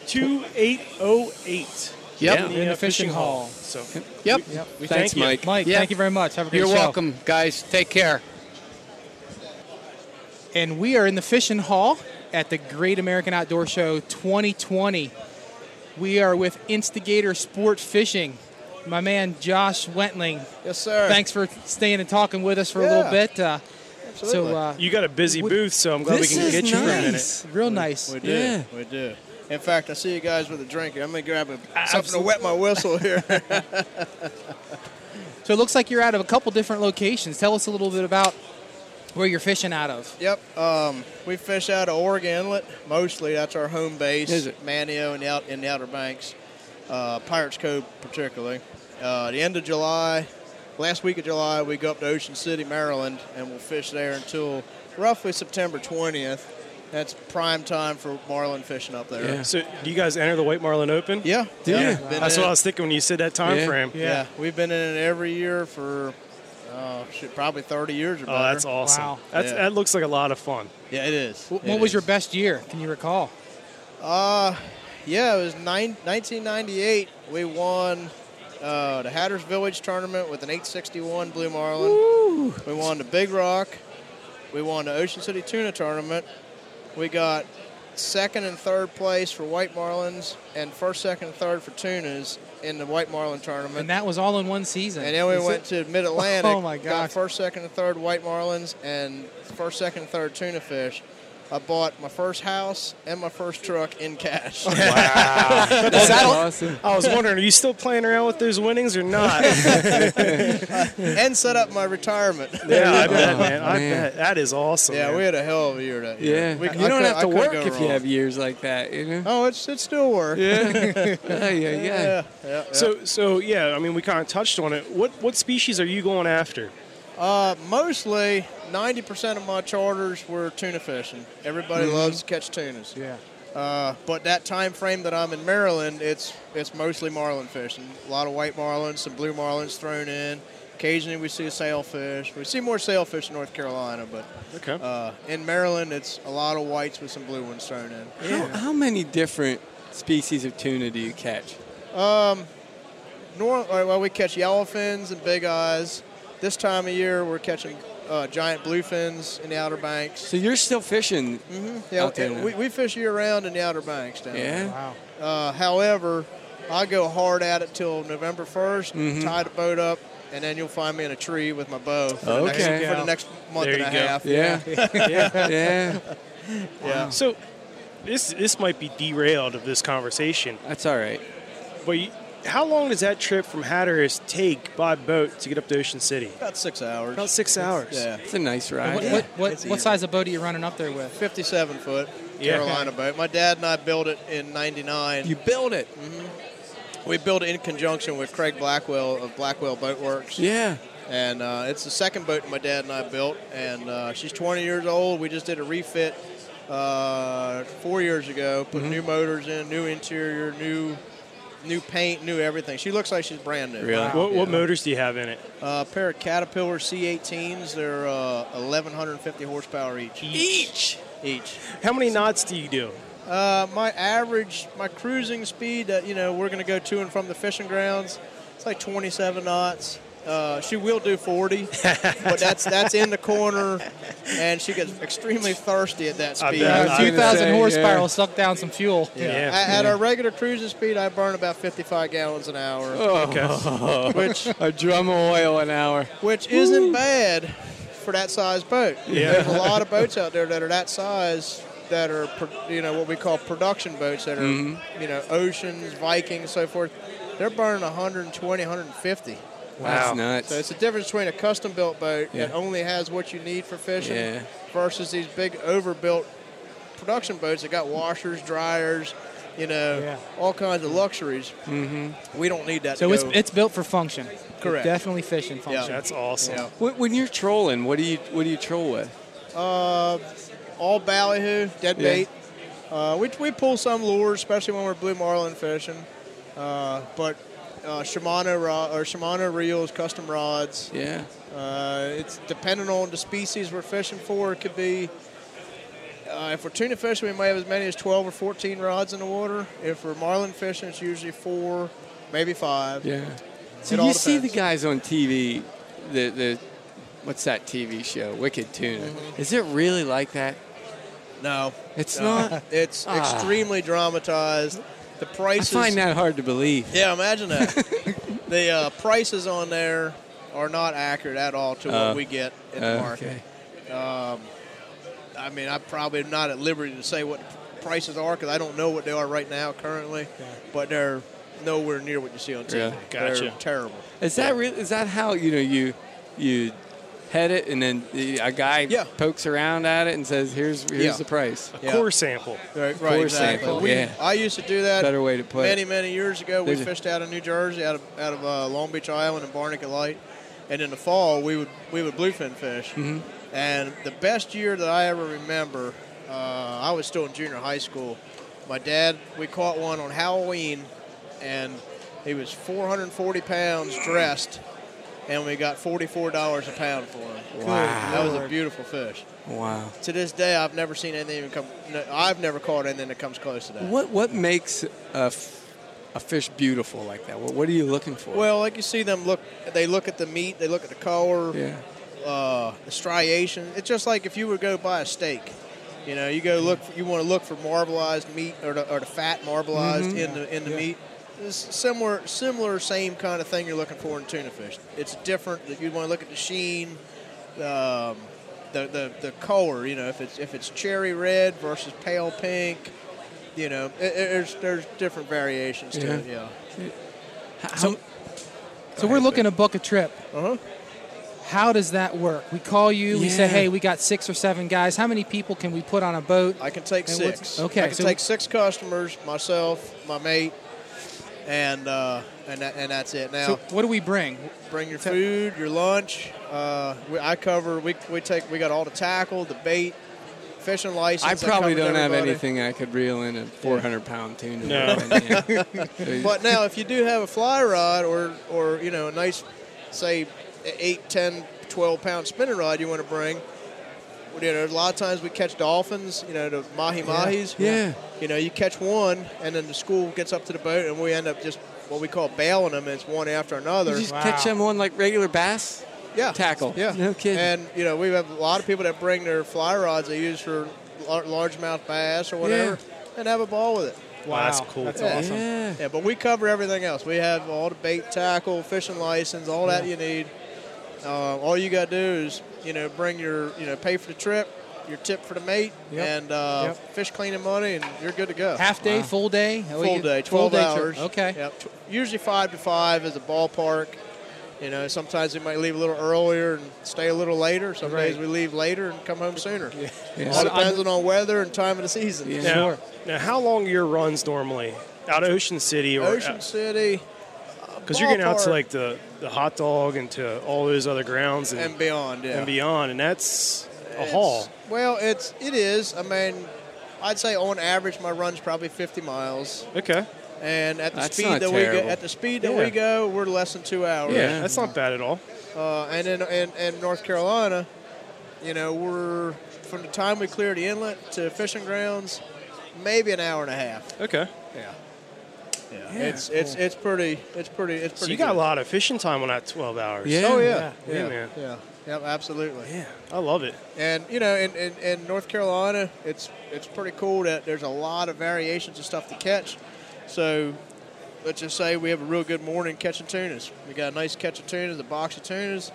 [SPEAKER 3] Two eight zero eight.
[SPEAKER 7] Yep.
[SPEAKER 4] In the
[SPEAKER 3] uh,
[SPEAKER 4] fishing hall.
[SPEAKER 3] So
[SPEAKER 7] Yep.
[SPEAKER 4] Yep.
[SPEAKER 3] we
[SPEAKER 6] Thanks,
[SPEAKER 3] thank you.
[SPEAKER 6] Mike.
[SPEAKER 4] Mike,
[SPEAKER 7] Yeah.
[SPEAKER 4] thank you very much. Have a great
[SPEAKER 7] You're
[SPEAKER 4] show.
[SPEAKER 7] welcome, guys. Take care.
[SPEAKER 4] And we are in the fishing hall at the Great American Outdoor Show 2020. We are with Instigator Sport Fishing. My man Josh Wentling.
[SPEAKER 5] Yes, sir.
[SPEAKER 4] Thanks for staying and talking with us for a little
[SPEAKER 5] Yeah.
[SPEAKER 4] bit. Uh, so uh,
[SPEAKER 3] You got a busy
[SPEAKER 4] What-
[SPEAKER 3] booth, so I'm glad we
[SPEAKER 6] This
[SPEAKER 3] can
[SPEAKER 6] is
[SPEAKER 3] get you for a minute.
[SPEAKER 6] nice.
[SPEAKER 4] real nice.
[SPEAKER 5] We do.
[SPEAKER 6] Yeah.
[SPEAKER 5] We do. In fact, I see you guys with a drink. I'm gonna grab a, something to wet my whistle here.
[SPEAKER 4] So it looks like you're out of a couple different locations. Tell us a little bit about where you're fishing out of.
[SPEAKER 5] Yep. Um, we fish out of Oregon Inlet mostly. That's our home base.
[SPEAKER 6] Is it?
[SPEAKER 5] Manio and out in the Outer Banks, uh, Pirates Cove particularly. Uh, the end of July, last week of July, we go up to Ocean City, Maryland, and we'll fish there until roughly September 20th.
[SPEAKER 8] That's prime time for marlin fishing up there.
[SPEAKER 6] Yeah.
[SPEAKER 3] So do you guys enter the White Marlin Open?
[SPEAKER 8] Yeah.
[SPEAKER 6] Do you?
[SPEAKER 8] Been
[SPEAKER 3] That's
[SPEAKER 8] in
[SPEAKER 3] what I
[SPEAKER 8] it-
[SPEAKER 3] was thinking when you said that time
[SPEAKER 6] Yeah.
[SPEAKER 3] frame.
[SPEAKER 8] Yeah. We've been in it every year for oh, shit, probably 30 years or better.
[SPEAKER 3] Oh, that's awesome.
[SPEAKER 4] Wow.
[SPEAKER 3] That's,
[SPEAKER 8] Yeah.
[SPEAKER 3] That looks like a lot of fun.
[SPEAKER 8] Yeah, it is.
[SPEAKER 4] Wh- What
[SPEAKER 8] It
[SPEAKER 4] was
[SPEAKER 8] is.
[SPEAKER 4] your best year? Can you recall?
[SPEAKER 8] Uh, yeah, it was nine, 1998. We won uh, the Hatters Village tournament with an 861 Blue Marlin. We won the Big Rock. We won the Ocean City Tuna tournament. We got second and third place for White Marlins and first, second, and third for Tunas in the White Marlin tournament.
[SPEAKER 4] And that was all in one season.
[SPEAKER 8] And then we
[SPEAKER 4] Is
[SPEAKER 8] went
[SPEAKER 4] it-
[SPEAKER 8] to Mid Atlantic.
[SPEAKER 4] Oh, my gosh.
[SPEAKER 8] Got first, second, and third white marlins, and first, second, and third tuna fish. I bought my first house and my first truck in
[SPEAKER 4] *laughs*
[SPEAKER 8] cash.
[SPEAKER 6] That's awesome.
[SPEAKER 3] I was wondering, are you still playing around with those winnings or *laughs* not?
[SPEAKER 8] and set up my
[SPEAKER 6] *laughs*
[SPEAKER 8] retirement.
[SPEAKER 3] yeah, I bet, man. I
[SPEAKER 6] Man.
[SPEAKER 3] bet. That is awesome.
[SPEAKER 8] yeah,
[SPEAKER 3] man.
[SPEAKER 8] we had a hell of a year that year.
[SPEAKER 6] Yeah.
[SPEAKER 8] We,
[SPEAKER 6] you
[SPEAKER 8] I
[SPEAKER 6] don't
[SPEAKER 8] could-
[SPEAKER 6] have to
[SPEAKER 8] I couldn't
[SPEAKER 6] work
[SPEAKER 8] go
[SPEAKER 6] if you
[SPEAKER 8] wrong.
[SPEAKER 6] have years like that, you know?
[SPEAKER 8] Oh, it's it still work.
[SPEAKER 6] Yeah. yeah, yeah, yeah.
[SPEAKER 8] yeah, yeah.
[SPEAKER 3] So, so yeah. I mean, we kind of touched on it. What what species are you going after?
[SPEAKER 8] Uh, mostly, 90% of my charters were tuna fishing. Everybody
[SPEAKER 6] Mm-hmm.
[SPEAKER 8] loves to catch tunas.
[SPEAKER 4] Yeah.
[SPEAKER 8] Uh, but that time frame that I'm in Maryland, it's it's mostly marlin fishing. A lot of white marlins, some blue marlins thrown in. Occasionally we see a sailfish. We see more sailfish in North Carolina, but
[SPEAKER 3] Okay.
[SPEAKER 8] uh, in Maryland it's a lot of whites with some blue ones thrown in.
[SPEAKER 6] How, how many different species of tuna do you catch?
[SPEAKER 8] Nor- uh, well, we catch yellowfins and big eyes. This time of year we're catching uh, giant bluefins in the Outer Banks.
[SPEAKER 6] So you're still fishing.
[SPEAKER 8] Yeah, uh,
[SPEAKER 6] Out there now.
[SPEAKER 8] we, we fish year round in the Outer Banks down there.
[SPEAKER 6] Yeah.
[SPEAKER 4] Wow.
[SPEAKER 8] Uh, however, I go hard at it till November 1st,
[SPEAKER 6] Mm-hmm.
[SPEAKER 8] tie the boat up, and then you'll find me in a tree with my bow for, the,
[SPEAKER 6] Okay.
[SPEAKER 8] next, for the next month
[SPEAKER 3] There
[SPEAKER 8] and
[SPEAKER 3] you
[SPEAKER 8] a
[SPEAKER 3] go.
[SPEAKER 8] half.
[SPEAKER 6] Yeah. *laughs* Yeah.
[SPEAKER 8] Yeah.
[SPEAKER 3] So, this this might be derailed of this conversation,
[SPEAKER 6] That's all right.
[SPEAKER 3] but you, how long does that trip from Hatteras take by boat to get up to Ocean City?
[SPEAKER 8] About six hours.
[SPEAKER 3] About six hours.
[SPEAKER 8] yeah.
[SPEAKER 6] It's a nice ride.
[SPEAKER 4] What, what, what,
[SPEAKER 8] It's
[SPEAKER 4] what
[SPEAKER 8] easy.
[SPEAKER 4] size of boat are you running up there with?
[SPEAKER 8] 57 foot
[SPEAKER 3] Yeah.
[SPEAKER 8] Carolina boat. My dad and I built it in 99.
[SPEAKER 6] You build it.
[SPEAKER 8] we built it in conjunction with Craig Blackwell of Blackwell Boat Works.
[SPEAKER 6] Yeah. *laughs*
[SPEAKER 8] And uh, it's the second boat my dad and I built, and uh, she's 20 years old. We just did a refit uh, four years ago. Put new motors in, new interior, new new paint, new everything. She looks like she's brand new.
[SPEAKER 6] Really?
[SPEAKER 3] What, what motors do you have in it?
[SPEAKER 8] Uh, a pair of Caterpillar C18s. They're uh, 1150 horsepower each.
[SPEAKER 3] Each.
[SPEAKER 8] Each.
[SPEAKER 3] How many knots do you do?
[SPEAKER 8] Uh, my average, my cruising speed that you know we're going to go to and from the fishing grounds, it's like 27 knots. Uh, she will do
[SPEAKER 3] *laughs*
[SPEAKER 8] 40, but that's that's in the corner, and she gets extremely thirsty at that
[SPEAKER 3] I
[SPEAKER 8] speed.
[SPEAKER 3] bet.
[SPEAKER 4] Uh,
[SPEAKER 3] I was
[SPEAKER 6] gonna
[SPEAKER 4] 2,000
[SPEAKER 6] say,
[SPEAKER 4] horsepower
[SPEAKER 6] yeah.
[SPEAKER 4] will suck down some fuel.
[SPEAKER 3] Yeah.
[SPEAKER 8] At, at our regular cruising speed, I burn about 55 gallons an hour,
[SPEAKER 3] Okay.
[SPEAKER 8] which
[SPEAKER 6] A drum of oil an hour.
[SPEAKER 8] which isn't bad for that size boat.
[SPEAKER 3] Yeah.
[SPEAKER 8] There's a lot of boats out there that are that size that are pro- you know what we call production boats that are you know oceans, Vikings, so forth. They're burning 120, 150.
[SPEAKER 6] That's nuts.
[SPEAKER 8] So it's the difference between a custom built boat that
[SPEAKER 6] Yeah.
[SPEAKER 8] only has what you need for fishing
[SPEAKER 6] Yeah.
[SPEAKER 8] versus these big overbuilt production boats that got washers, dryers, you know,
[SPEAKER 4] Yeah.
[SPEAKER 8] all kinds of luxuries. Mm-hmm. We don't need that.
[SPEAKER 4] So
[SPEAKER 8] to
[SPEAKER 4] it's,
[SPEAKER 8] go-
[SPEAKER 4] it's built for function.
[SPEAKER 8] Correct.
[SPEAKER 4] Definitely fishing function.
[SPEAKER 3] That's awesome.
[SPEAKER 8] Yeah.
[SPEAKER 6] When when you're trolling, what do you what do you troll with?
[SPEAKER 8] Uh, all ballyhoo, dead
[SPEAKER 6] Yeah.
[SPEAKER 8] bait. Uh, we, we pull some lures, especially when we're blue marlin fishing. Uh, but uh, Shimano rod or Shimano reels, custom rods.
[SPEAKER 6] Yeah.
[SPEAKER 8] Uh, it's dependent on the species we're fishing for. It could be uh, if we're tuna fishing, we may have as many as 12 or 14 rods in the water. If we're marlin fishing, it's usually four, maybe five.
[SPEAKER 6] Yeah. So
[SPEAKER 8] It
[SPEAKER 6] you
[SPEAKER 8] all
[SPEAKER 6] see the
[SPEAKER 8] depends.
[SPEAKER 6] guys on TV, the the what's that TV show? Wicked Tuna.
[SPEAKER 8] Mm-hmm.
[SPEAKER 6] Is it really like that?
[SPEAKER 8] No,
[SPEAKER 6] It's
[SPEAKER 8] No.
[SPEAKER 6] not.
[SPEAKER 8] *laughs* it's
[SPEAKER 6] Ah.
[SPEAKER 8] extremely dramatized. The
[SPEAKER 6] I
[SPEAKER 8] prices.
[SPEAKER 6] find that hard to believe.
[SPEAKER 8] Yeah, imagine that. the uh, prices on there are not accurate at all to
[SPEAKER 6] Oh.
[SPEAKER 8] what we get in the market.
[SPEAKER 6] Okay.
[SPEAKER 8] I mean, I'm probably not at liberty to say what the prices are because I don't know what they are right now currently, but they're nowhere near what you see on TV.
[SPEAKER 6] Yeah.
[SPEAKER 8] They're
[SPEAKER 3] Gotcha.
[SPEAKER 8] terrible.
[SPEAKER 6] Is that real? Is that how you know you you head it and then the- a guy
[SPEAKER 8] Yeah.
[SPEAKER 6] pokes around at it and says, "Here's here's
[SPEAKER 8] Yeah.
[SPEAKER 6] the price."
[SPEAKER 8] Yeah.
[SPEAKER 3] Core sample.
[SPEAKER 8] Right,
[SPEAKER 6] Poor
[SPEAKER 8] right exactly.
[SPEAKER 6] sample,
[SPEAKER 8] We-
[SPEAKER 6] yeah.
[SPEAKER 8] I used to do that
[SPEAKER 6] Better way to put
[SPEAKER 8] many,
[SPEAKER 6] it.
[SPEAKER 8] many years ago. We
[SPEAKER 6] There's a-
[SPEAKER 8] fished out of New Jersey, out of, out of uh, Long Beach Island and Barnegat Light. And in the
[SPEAKER 6] Mm-hmm.
[SPEAKER 8] fall, we would we would bluefin fish. And the best year that I ever remember, Uh, I was still in junior high school. My dad, we caught one on Halloween, and he was 440 pounds dressed, and we got $44 a pound for him.
[SPEAKER 6] Wow.
[SPEAKER 8] That was a beautiful fish.
[SPEAKER 6] Wow.
[SPEAKER 8] To this day, I've never seen anything even come. No, I've never caught anything that comes close to that.
[SPEAKER 6] What what makes a, f- a fish beautiful like that? What, what are you looking for?
[SPEAKER 8] Well, like you see them look, they look at the meat, they look at the color,
[SPEAKER 6] yeah,
[SPEAKER 8] uh, the striation. It's just like if you were to go buy a steak. You know, you go look. For, you want to look for marbleized meat or the, or the fat marbleized in the in the meat. It's similar, similar, same kind of thing you're looking for in tuna fish. It's different. that You want to look at the sheen, um, the, the the color. You know, if it's if it's cherry red versus pale pink. You know, it, it- there's there's different variations to
[SPEAKER 6] Yeah.
[SPEAKER 8] it. Yeah.
[SPEAKER 4] So, so we're looking to book a trip.
[SPEAKER 8] Uh huh.
[SPEAKER 4] How does that work? We call you. We say,
[SPEAKER 6] Yeah.
[SPEAKER 4] "Hey, we got six or seven guys. How many people can we put on a boat?"
[SPEAKER 8] I can take
[SPEAKER 4] And what's-
[SPEAKER 8] six.
[SPEAKER 4] okay,
[SPEAKER 8] I can
[SPEAKER 4] so-
[SPEAKER 8] take six customers, myself, my mate, and uh, and that, and that's it. Now,
[SPEAKER 4] So, what do we bring?
[SPEAKER 8] bring your food, your lunch. Uh, we, I cover. We, we take. We got all the tackle, the bait, fishing license.
[SPEAKER 6] I
[SPEAKER 8] that
[SPEAKER 6] probably
[SPEAKER 8] covers
[SPEAKER 6] don't have
[SPEAKER 8] everybody.
[SPEAKER 6] anything I could reel in a 400 pound tuna.
[SPEAKER 3] No.
[SPEAKER 6] *laughs*
[SPEAKER 8] *laughs*
[SPEAKER 6] Yeah.
[SPEAKER 8] But now, if you do have a fly rod or or you know a nice, say, eight, 10, 12 pound spinning rod you want to bring. You know, a lot of times we catch dolphins. You know, the mahi mahis.
[SPEAKER 6] Yeah.
[SPEAKER 8] You know, you catch one, and then the school gets up to the boat, and we end up just what we call bailing them. and It's one after another.
[SPEAKER 6] you just
[SPEAKER 4] Wow.
[SPEAKER 6] catch them on like regular bass.
[SPEAKER 8] yeah.
[SPEAKER 6] tackle.
[SPEAKER 8] Yeah.
[SPEAKER 6] No kidding.
[SPEAKER 8] And you know, we have a lot of people that bring their fly rods they use for lar- largemouth bass or whatever, and have a ball with it.
[SPEAKER 3] Wow, that's cool.
[SPEAKER 4] That's
[SPEAKER 8] Yeah.
[SPEAKER 4] awesome.
[SPEAKER 6] Yeah.
[SPEAKER 8] Yeah, but we cover everything else. We have all the bait, tackle, fishing license, all that you need. Uh, all you got to do is, you know, bring your, you know, pay for the trip, your tip for the mate,
[SPEAKER 4] Yep.
[SPEAKER 8] and uh, fish cleaning money, and you're good to go.
[SPEAKER 4] Half day, full day, How we
[SPEAKER 8] full
[SPEAKER 4] get-
[SPEAKER 8] day,
[SPEAKER 4] full
[SPEAKER 8] 12
[SPEAKER 4] day trip.
[SPEAKER 8] hours.
[SPEAKER 4] Okay.
[SPEAKER 8] Yep. Tw- Usually five to five is a ballpark. You know, sometimes we might leave a little earlier and stay a little later. Some days
[SPEAKER 4] Right.
[SPEAKER 8] we leave later and come home sooner.
[SPEAKER 6] Yeah.
[SPEAKER 8] All depends on weather and time of the season.
[SPEAKER 6] Yeah.
[SPEAKER 3] Now,
[SPEAKER 4] Sure.
[SPEAKER 3] now, how long are your runs normally? Out of Ocean City or
[SPEAKER 8] Ocean City uh,
[SPEAKER 3] because you're getting out to
[SPEAKER 8] ballpark.
[SPEAKER 3] like the, the hot dog and to all those other grounds and,
[SPEAKER 8] and beyond. Yeah.
[SPEAKER 3] and beyond, and that's a haul.
[SPEAKER 8] It's- Well, it's it is. I mean, I'd say on average my run's probably 50 miles,
[SPEAKER 3] Okay,
[SPEAKER 8] and at the
[SPEAKER 6] That's
[SPEAKER 8] speed
[SPEAKER 6] not
[SPEAKER 8] that we go,
[SPEAKER 6] terrible.
[SPEAKER 8] at the speed that
[SPEAKER 3] Yeah.
[SPEAKER 8] we go, we're less than two hours.
[SPEAKER 3] yeah, that's not bad at all.
[SPEAKER 8] Uh, and in, in in North Carolina, you know, we're from the time we clear the inlet to fishing grounds, maybe an hour and a half.
[SPEAKER 3] Okay,
[SPEAKER 8] Yeah. It's it's it's pretty it's pretty it's pretty.
[SPEAKER 3] so you got
[SPEAKER 8] good.
[SPEAKER 3] a lot of fishing time on that 12 hours.
[SPEAKER 6] Yeah.
[SPEAKER 8] Oh yeah,
[SPEAKER 3] Yeah,
[SPEAKER 8] yeah,
[SPEAKER 3] man.
[SPEAKER 8] yeah. Yep, absolutely.
[SPEAKER 3] yeah, I love it.
[SPEAKER 8] And you know, in, in, in North Carolina, it's it's pretty cool that there's a lot of variations of stuff to catch. So let's just say we have a real good morning catching tunas. We got a nice catch of tunas, a box of tunas.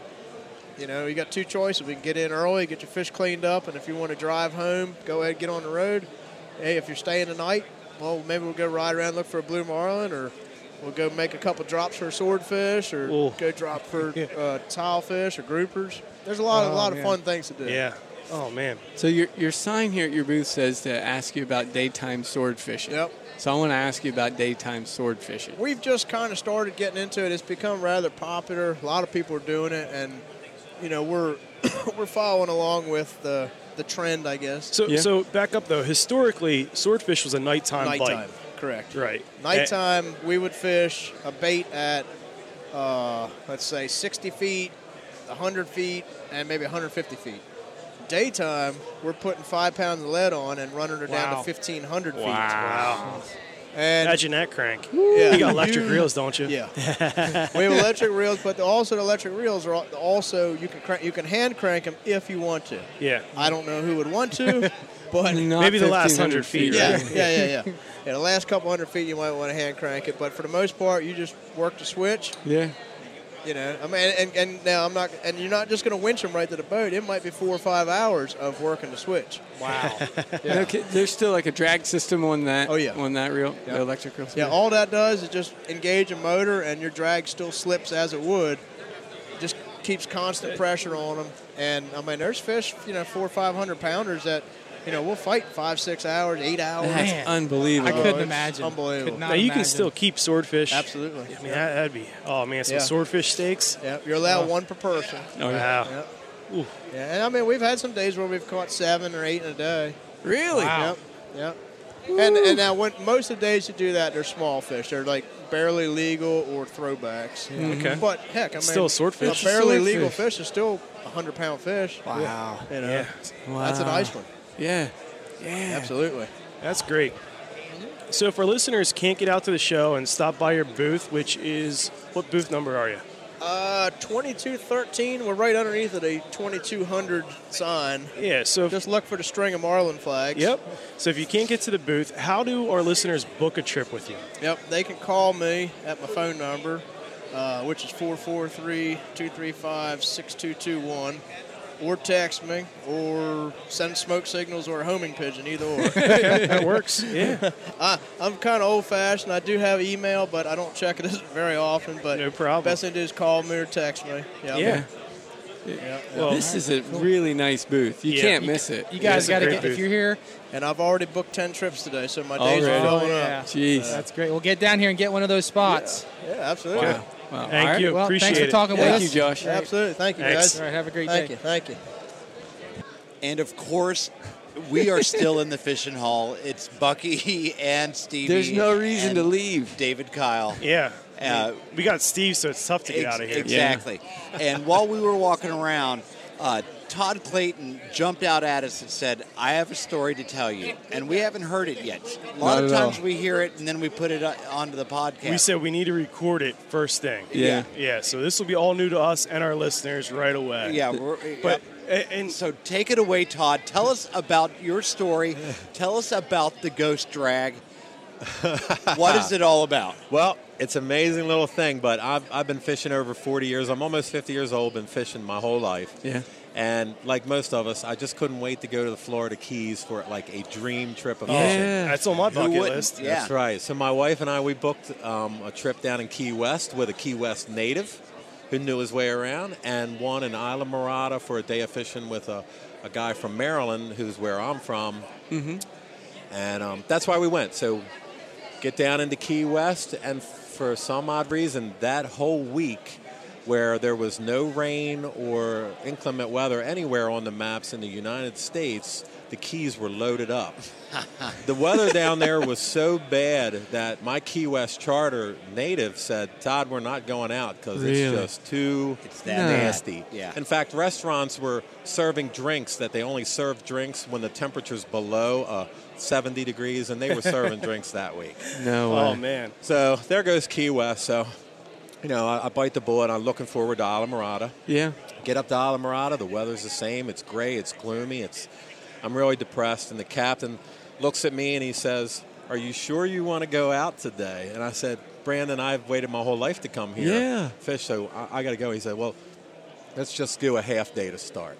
[SPEAKER 8] You know, you got two choices. We can get in early, get your fish cleaned up, and if you want to drive home, go ahead and get on the road. Hey, if you're staying tonight, well, maybe we'll go ride around, look for a blue marlin, or we'll go make a couple drops for swordfish, or
[SPEAKER 3] Ooh.
[SPEAKER 8] go drop
[SPEAKER 3] *laughs*
[SPEAKER 8] for uh, tilefish or groupers. There's a lot, a lot of fun things to do.
[SPEAKER 3] Oh, Yeah. Oh man.
[SPEAKER 6] So your your sign here at your booth says to ask you about daytime sword fishing.
[SPEAKER 8] Yep.
[SPEAKER 6] So I want to ask you about daytime sword fishing.
[SPEAKER 8] We've just kind of started getting into it. It's become rather popular. A lot of people are doing it, and you know we're *coughs* we're following along with the the trend, I guess.
[SPEAKER 3] So so back up though. Historically, swordfish was a nighttime,
[SPEAKER 8] Nighttime,
[SPEAKER 3] bite.
[SPEAKER 8] correct?
[SPEAKER 3] Right.
[SPEAKER 8] Nighttime, we would fish a bait at uh, let's say 60 feet, 100 feet, and maybe 150 feet. Daytime, we're putting five pounds of lead on and running her down to
[SPEAKER 4] Wow.
[SPEAKER 8] 1,500 feet.
[SPEAKER 3] Wow.
[SPEAKER 8] And
[SPEAKER 3] Imagine that crank.
[SPEAKER 8] Yeah.
[SPEAKER 3] You got electric reels, don't you?
[SPEAKER 8] Yeah, *laughs* we have electric reels, but also the electric reels are al- also you can crank, you can hand crank them if you want to.
[SPEAKER 3] Yeah.
[SPEAKER 8] I don't know who would want to, but yeah,
[SPEAKER 6] Not
[SPEAKER 3] Maybe the last
[SPEAKER 6] 1500
[SPEAKER 3] 100 feet,
[SPEAKER 8] yeah,
[SPEAKER 3] right?
[SPEAKER 8] yeah, yeah, yeah. The last couple hundred feet, you might want to hand crank it, but for the most part, you just work the switch.
[SPEAKER 6] Yeah.
[SPEAKER 8] You know, I mean, and, and now I'm not, and you're not just going to winch them right to the boat. It might be four or five hours of working the switch.
[SPEAKER 4] Wow.
[SPEAKER 8] Yeah.
[SPEAKER 6] Okay, there's still like a drag system on that.
[SPEAKER 8] Oh, yeah.
[SPEAKER 6] On that reel, the electric reel.
[SPEAKER 8] Yeah, all that does is just engage a motor, and your drag still slips as it would. Just keeps constant pressure on them, and I mean, there's fish, you know, four or five hundred pounders that, you know, will fight five, six hours, eight hours.
[SPEAKER 6] That's
[SPEAKER 4] Man.
[SPEAKER 6] unbelievable.
[SPEAKER 4] I couldn't
[SPEAKER 8] it's
[SPEAKER 4] imagine.
[SPEAKER 8] unbelievable.
[SPEAKER 4] Could
[SPEAKER 3] Now
[SPEAKER 4] not
[SPEAKER 3] you
[SPEAKER 4] imagine.
[SPEAKER 3] can still keep swordfish.
[SPEAKER 8] Absolutely.
[SPEAKER 3] I mean, that, that'd be. Oh man, some
[SPEAKER 8] Yeah.
[SPEAKER 3] swordfish steaks.
[SPEAKER 8] Yeah, you're allowed one per person.
[SPEAKER 6] Oh, yeah.
[SPEAKER 3] Wow.
[SPEAKER 8] Yeah, and I mean, we've had some days where we've caught seven or eight in a day.
[SPEAKER 6] Really?
[SPEAKER 4] Wow.
[SPEAKER 8] Yep. Yep. And, and now, when most of the days you do that, they're small fish. They're like barely legal or throwbacks.
[SPEAKER 3] Okay.
[SPEAKER 8] But heck, I mean,
[SPEAKER 3] Still a swordfish.
[SPEAKER 8] A barely
[SPEAKER 4] It's a
[SPEAKER 8] legal
[SPEAKER 4] swordfish.
[SPEAKER 8] fish is still a hundred pound fish.
[SPEAKER 6] Wow.
[SPEAKER 8] You know,
[SPEAKER 3] Yeah.
[SPEAKER 8] that's a nice one.
[SPEAKER 6] Yeah. Yeah.
[SPEAKER 8] Absolutely.
[SPEAKER 3] That's great. So if our listeners can't get out to the show and stop by your booth, which is what booth number are you?
[SPEAKER 8] Uh, twenty-two thirteen. We're right underneath it, a twenty-two hundred sign.
[SPEAKER 3] Yeah. So if,
[SPEAKER 8] Just look for the string of marlin flags.
[SPEAKER 3] yep. So if you can't get to the booth, how do our listeners book a trip with you?
[SPEAKER 8] Yep. They can call me at my phone number, uh, which is 443-235-6221, or text me, or send smoke signals or a homing pigeon, either
[SPEAKER 3] *laughs*
[SPEAKER 8] or.
[SPEAKER 3] That works. Yeah.
[SPEAKER 8] I, I'm kind of old-fashioned. I do have email, but I don't check it *laughs* very often. But
[SPEAKER 3] No problem.
[SPEAKER 8] Best thing to do is call me or text me. Yep.
[SPEAKER 3] Yeah.
[SPEAKER 8] Yep.
[SPEAKER 3] Well,
[SPEAKER 6] This is a really nice booth. You
[SPEAKER 3] Yeah.
[SPEAKER 6] can't miss it.
[SPEAKER 4] You guys
[SPEAKER 3] it's a
[SPEAKER 4] got to
[SPEAKER 3] great
[SPEAKER 4] get,
[SPEAKER 3] booth.
[SPEAKER 4] if you're here,
[SPEAKER 8] And I've already booked 10 trips today, so my days
[SPEAKER 6] Already?
[SPEAKER 8] are
[SPEAKER 4] oh,
[SPEAKER 8] filling
[SPEAKER 4] yeah.
[SPEAKER 8] up.
[SPEAKER 6] Jeez.
[SPEAKER 4] That's great. We'll get down here and get one of those spots.
[SPEAKER 8] Yeah, absolutely.
[SPEAKER 6] Wow. Wow.
[SPEAKER 3] Thank
[SPEAKER 6] All right.
[SPEAKER 3] you.
[SPEAKER 4] Well,
[SPEAKER 3] Appreciate
[SPEAKER 4] thanks for
[SPEAKER 3] it.
[SPEAKER 4] talking with us.
[SPEAKER 6] Thank you, Josh.
[SPEAKER 8] Absolutely. Thank you,
[SPEAKER 3] Thanks.
[SPEAKER 8] guys.
[SPEAKER 4] All right, have a great
[SPEAKER 8] Thank
[SPEAKER 4] day.
[SPEAKER 8] you. Thank you.
[SPEAKER 9] And of course, we are still in the fishing hall. It's Bucky and Stevie.
[SPEAKER 6] There's no reason
[SPEAKER 9] and
[SPEAKER 6] to leave.
[SPEAKER 9] David Kyle.
[SPEAKER 3] Yeah.
[SPEAKER 9] Uh,
[SPEAKER 3] we got Steve, so it's tough to get
[SPEAKER 9] Ex-
[SPEAKER 3] out of here.
[SPEAKER 9] Exactly. And while we were walking around, uh, Todd Clayton jumped out at us and said, I have a story to tell you. And we haven't heard it yet. A lot
[SPEAKER 6] Not
[SPEAKER 9] of
[SPEAKER 6] at all.
[SPEAKER 9] times we hear it and then we put it o- onto the podcast.
[SPEAKER 3] We said we need to record it first thing.
[SPEAKER 6] Yeah.
[SPEAKER 3] Yeah. So this will be all new to us and our listeners right away.
[SPEAKER 9] yeah, we're,
[SPEAKER 3] But
[SPEAKER 9] yeah.
[SPEAKER 3] a- and
[SPEAKER 9] so take it away, Todd. Tell us about your story. Tell us about the ghost drag. what is it all about?
[SPEAKER 10] Well, it's an amazing little thing, but I've, I've been fishing over 40 years. I'm almost 50 years old, been fishing my whole life.
[SPEAKER 6] Yeah.
[SPEAKER 10] And like most of us, I just couldn't wait to go to the Florida Keys for like a dream trip of fishing.
[SPEAKER 6] Yeah.
[SPEAKER 3] that's on my bucket
[SPEAKER 9] wouldn't?
[SPEAKER 3] list.
[SPEAKER 9] Yeah.
[SPEAKER 10] That's right. So my wife and I, we booked um, a trip down in Key West with a Key West native who knew his way around and one in Isla Morada for a day of fishing with a, a guy from Maryland who's where I'm from.
[SPEAKER 6] Mm-hmm.
[SPEAKER 10] And um, that's why we went. So get down into Key West, and for some odd reason, that whole week where there was no rain or inclement weather anywhere on the maps in the United States, the Keys were loaded up. the weather down there was so bad that my Key West charter native said, Todd, we're not going out because it's
[SPEAKER 6] Really?
[SPEAKER 10] just too
[SPEAKER 9] It's that bad.
[SPEAKER 10] nasty.
[SPEAKER 9] Yeah.
[SPEAKER 10] In fact, restaurants were serving drinks that they only serve drinks when the temperature's below uh, 70 degrees, and they were serving drinks that week.
[SPEAKER 6] No uh, way.
[SPEAKER 3] Oh man.
[SPEAKER 10] So there goes Key West. So, you know, I, I bite the bullet. I'm looking forward to Isla Morada.
[SPEAKER 6] Yeah.
[SPEAKER 10] Get up to Isla Morada. The weather's the same. It's gray. It's gloomy. It's I'm really depressed. And the captain looks at me and he says, "Are you sure you want to go out today?" And I said, "Brandon, I've waited my whole life to come here,
[SPEAKER 6] Yeah.
[SPEAKER 10] fish. So I, I got to go." He said, "Well, let's just do a half day to start."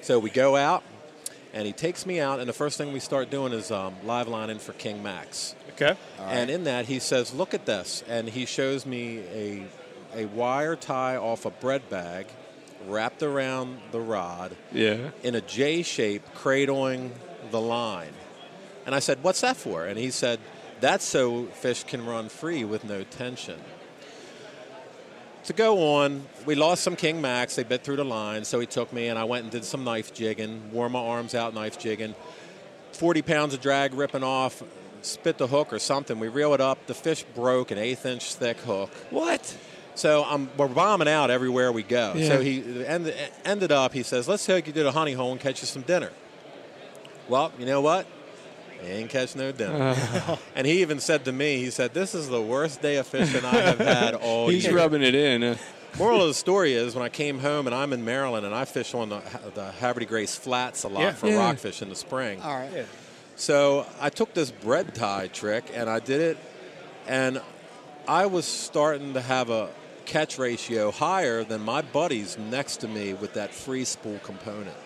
[SPEAKER 10] So we go out. And he takes me out, and the first thing we start doing is um, live lining for King Max.
[SPEAKER 3] Okay.
[SPEAKER 10] And in that, he says, "Look at this," and he shows me a a wire tie off a bread bag, wrapped around the rod
[SPEAKER 6] Yeah.
[SPEAKER 10] in a J shape, cradling the line. And I said, "What's that for?" And he said, "That's so fish can run free with no tension." To go on, we lost some King Max. They bit through the line, so he took me, and I went and did some knife jigging, wore my arms out knife jigging. 40 pounds of drag ripping off, spit the hook or something. We reel it up. The fish broke an eighth inch thick hook.
[SPEAKER 6] What?
[SPEAKER 10] So um, we're bombing out everywhere we go.
[SPEAKER 6] Yeah.
[SPEAKER 10] So he end, ended up, he says, let's take you to the honey hole and catch you some dinner. Well, you know what? He ain't catch no
[SPEAKER 6] *laughs*
[SPEAKER 10] dinner. and he even said to me, he said, this is the worst day of fishing I have had all
[SPEAKER 6] He's
[SPEAKER 10] year.
[SPEAKER 6] rubbing it in. uh,
[SPEAKER 10] Moral of the story is when I came home and I'm in Maryland and I fish on the, the Haverty Grace Flats a lot
[SPEAKER 3] Yeah.
[SPEAKER 10] for
[SPEAKER 6] Yeah.
[SPEAKER 10] rockfish in the spring.
[SPEAKER 9] All right.
[SPEAKER 10] So I took this bread tie trick and I did it, and I was starting to have a catch ratio higher than my buddies next to me with that free spool component.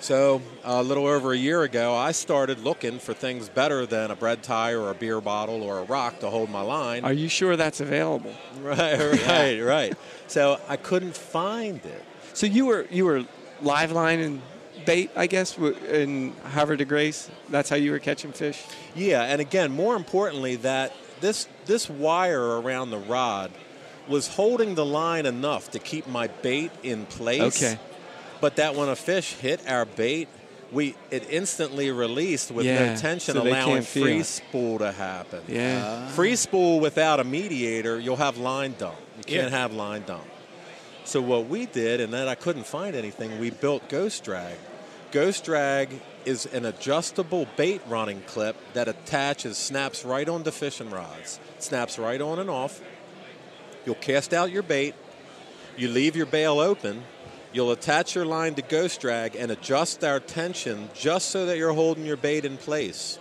[SPEAKER 10] So a little over a year ago, I started looking for things better than a bread tie or a beer bottle or a rock to hold my line.
[SPEAKER 6] Are you sure that's available?
[SPEAKER 10] *laughs* right, right, right. So I couldn't find it.
[SPEAKER 6] So you were you were live lining bait, I guess, w- in Hover de Grace. That's how you were catching fish.
[SPEAKER 10] Yeah, and again, more importantly, that this this wire around the rod was holding the line enough to keep my bait in place.
[SPEAKER 6] Okay.
[SPEAKER 10] But that when a fish hit our bait, we it instantly released with
[SPEAKER 6] Yeah,
[SPEAKER 10] no tension,
[SPEAKER 6] so they
[SPEAKER 10] allowing
[SPEAKER 6] can't feel
[SPEAKER 10] free
[SPEAKER 6] it.
[SPEAKER 10] spool to happen.
[SPEAKER 6] Yeah. Ah.
[SPEAKER 10] free spool without a mediator, you'll have line dump. You can't
[SPEAKER 6] Yeah.
[SPEAKER 10] have line dump. So what we did, and then I couldn't find anything, we built Ghost Drag. Ghost Drag is an adjustable bait running clip that attaches, snaps right onto fishing rods, snaps right on and off. You'll cast out your bait, you leave your bail open, you'll attach your line to Ghost Drag and adjust our tension just so that you're holding your bait in place.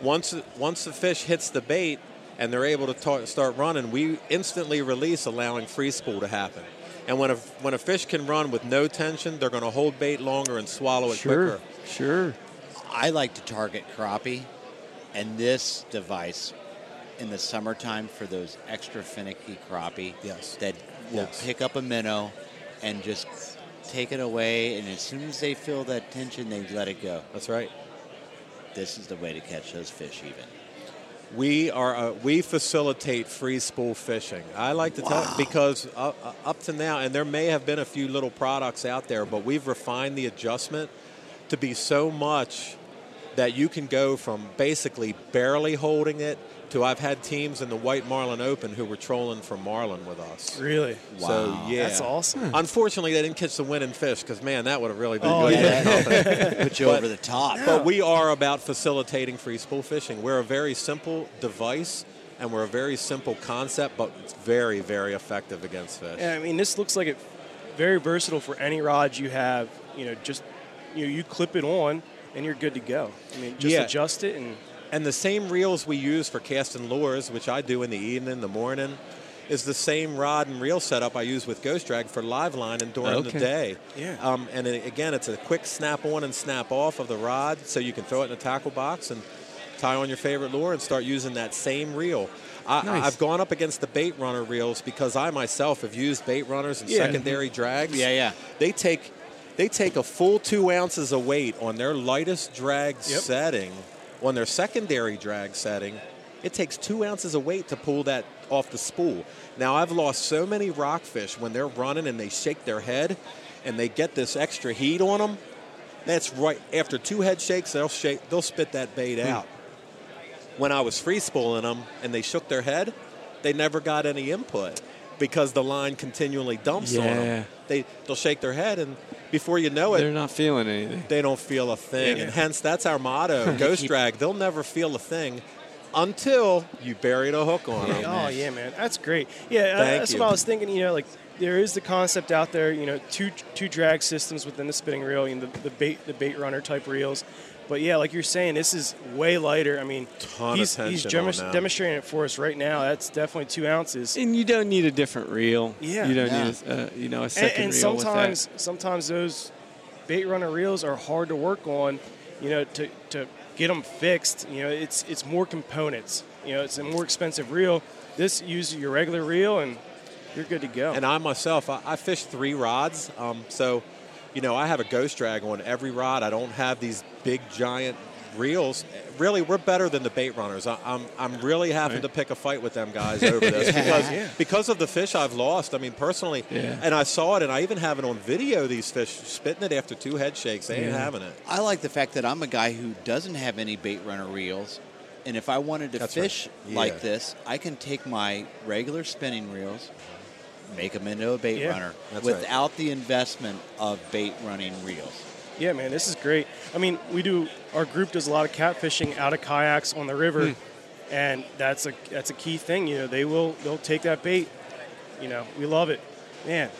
[SPEAKER 10] Once, once the fish hits the bait and they're able to ta- start running, we instantly release, allowing free spool to happen. And when a, when a fish can run with no tension, they're going to hold bait longer and swallow it
[SPEAKER 9] Sure,
[SPEAKER 10] quicker.
[SPEAKER 9] sure. I like to target crappie, and this device in the summertime for those extra finicky crappie
[SPEAKER 10] yes.
[SPEAKER 9] that will pick up a minnow and just take it away. And as soon as they feel that tension, they let it go.
[SPEAKER 10] That's right.
[SPEAKER 9] This is the way to catch those fish, even.
[SPEAKER 10] We are uh, we facilitate free spool fishing. I like to tell because uh, uh, up to now, and there may have been a few little products out there, but we've refined the adjustment to be so much that you can go from basically barely holding it to I've had teams in the White Marlin Open who were trolling for marlin with us.
[SPEAKER 3] Really?
[SPEAKER 10] So yeah,
[SPEAKER 3] That's
[SPEAKER 10] Hmm.
[SPEAKER 3] awesome.
[SPEAKER 10] Unfortunately, they didn't catch the winning fish because man, that would have really been
[SPEAKER 3] Oh,
[SPEAKER 10] good. *laughs*
[SPEAKER 3] yeah.
[SPEAKER 9] Put you over the top.
[SPEAKER 10] But we are about facilitating free spool fishing. We're a very simple device, and we're a very simple concept, but it's very, very effective against fish.
[SPEAKER 3] Yeah, I mean, this looks like it very versatile for any rod you have. You know, just you know, you clip it on and you're good to go. I mean, just
[SPEAKER 10] Yeah.
[SPEAKER 3] adjust it and
[SPEAKER 10] And the same reels we use for casting lures, which I do in the evening, the morning, is the same rod and reel setup I use with Ghost Drag for live line and during
[SPEAKER 6] Okay.
[SPEAKER 10] the day.
[SPEAKER 3] Yeah.
[SPEAKER 10] Um, and it- again, it's a quick snap on and snap off of the rod, so you can throw it in a tackle box and tie on your favorite lure and start using that same reel. I,
[SPEAKER 6] Nice.
[SPEAKER 10] I've gone up against the bait runner reels because I myself have used bait runners and
[SPEAKER 9] Yeah.
[SPEAKER 10] secondary drags.
[SPEAKER 9] Yeah, yeah.
[SPEAKER 10] They take they take a full two ounces of weight on their lightest drag setting, on their secondary drag setting. It takes two ounces of weight to pull that off the spool. Now I've lost so many rockfish when they're running and they shake their head, and they get this extra heat on them. That's right. After two head shakes, they'll shake. They'll spit that bait
[SPEAKER 6] Hmm.
[SPEAKER 10] out. When I was free spooling them and they shook their head, they never got any input because the line continually dumps on
[SPEAKER 6] Yeah.
[SPEAKER 10] them. They they'll shake their head and before you know
[SPEAKER 6] They're
[SPEAKER 10] it,
[SPEAKER 6] not feeling anything.
[SPEAKER 10] they don't feel a thing.
[SPEAKER 6] Yeah.
[SPEAKER 10] And hence that's our
[SPEAKER 6] *laughs*
[SPEAKER 10] motto, Ghost Drag. They'll never feel a thing until you buried a hook on them.
[SPEAKER 3] Oh yeah, man, that's great. Yeah, uh,
[SPEAKER 10] Thank
[SPEAKER 3] that's
[SPEAKER 10] you.
[SPEAKER 3] what I was thinking. You know, like there is the concept out there. You know, two two drag systems within the spinning reel, you know, the, the bait the bait runner type reels. But yeah, like you're saying, this is way lighter. I mean,
[SPEAKER 10] Ton of
[SPEAKER 3] he's, he's
[SPEAKER 10] tension
[SPEAKER 3] demonst-
[SPEAKER 10] on that.
[SPEAKER 3] demonstrating it for us right now. That's definitely two ounces.
[SPEAKER 6] And you don't need a different reel.
[SPEAKER 3] Yeah.
[SPEAKER 6] You don't
[SPEAKER 3] Yeah.
[SPEAKER 6] need a, uh, you know a
[SPEAKER 3] and,
[SPEAKER 6] second
[SPEAKER 3] and
[SPEAKER 6] reel
[SPEAKER 3] sometimes
[SPEAKER 6] with
[SPEAKER 3] sometimes those bait runner reels are hard to work on you know to, to get them fixed you know it's it's more components you know it's a more expensive reel this uses your regular reel and you're good to go
[SPEAKER 10] And I myself, I, I fish three rods. Um, so, you know, I have a ghost drag on every rod. I don't have these big giant reels. Really, we're better than the bait runners. I, I'm, I'm really having to pick a fight with them
[SPEAKER 6] *laughs*
[SPEAKER 10] guys over this because, because of the fish I've lost. I mean, personally,
[SPEAKER 6] Yeah.
[SPEAKER 10] and I saw it, and I even have it on video. These fish spitting it after two head shakes. They ain't
[SPEAKER 6] Yeah.
[SPEAKER 10] having it.
[SPEAKER 9] I like the fact that I'm a guy who doesn't have any bait runner reels. And if I wanted to
[SPEAKER 10] That's right.
[SPEAKER 9] fish
[SPEAKER 10] Yeah.
[SPEAKER 9] like this, I can take my regular spinning reels, make them into a bait
[SPEAKER 3] Yeah.
[SPEAKER 9] runner
[SPEAKER 10] That's right.
[SPEAKER 9] without the investment of bait running reels.
[SPEAKER 3] yeah man this is great i mean we do our group does a lot of catfishing out of kayaks on the river
[SPEAKER 10] Hmm.
[SPEAKER 3] and that's a that's a key thing you know they will they'll take that bait you know we love it man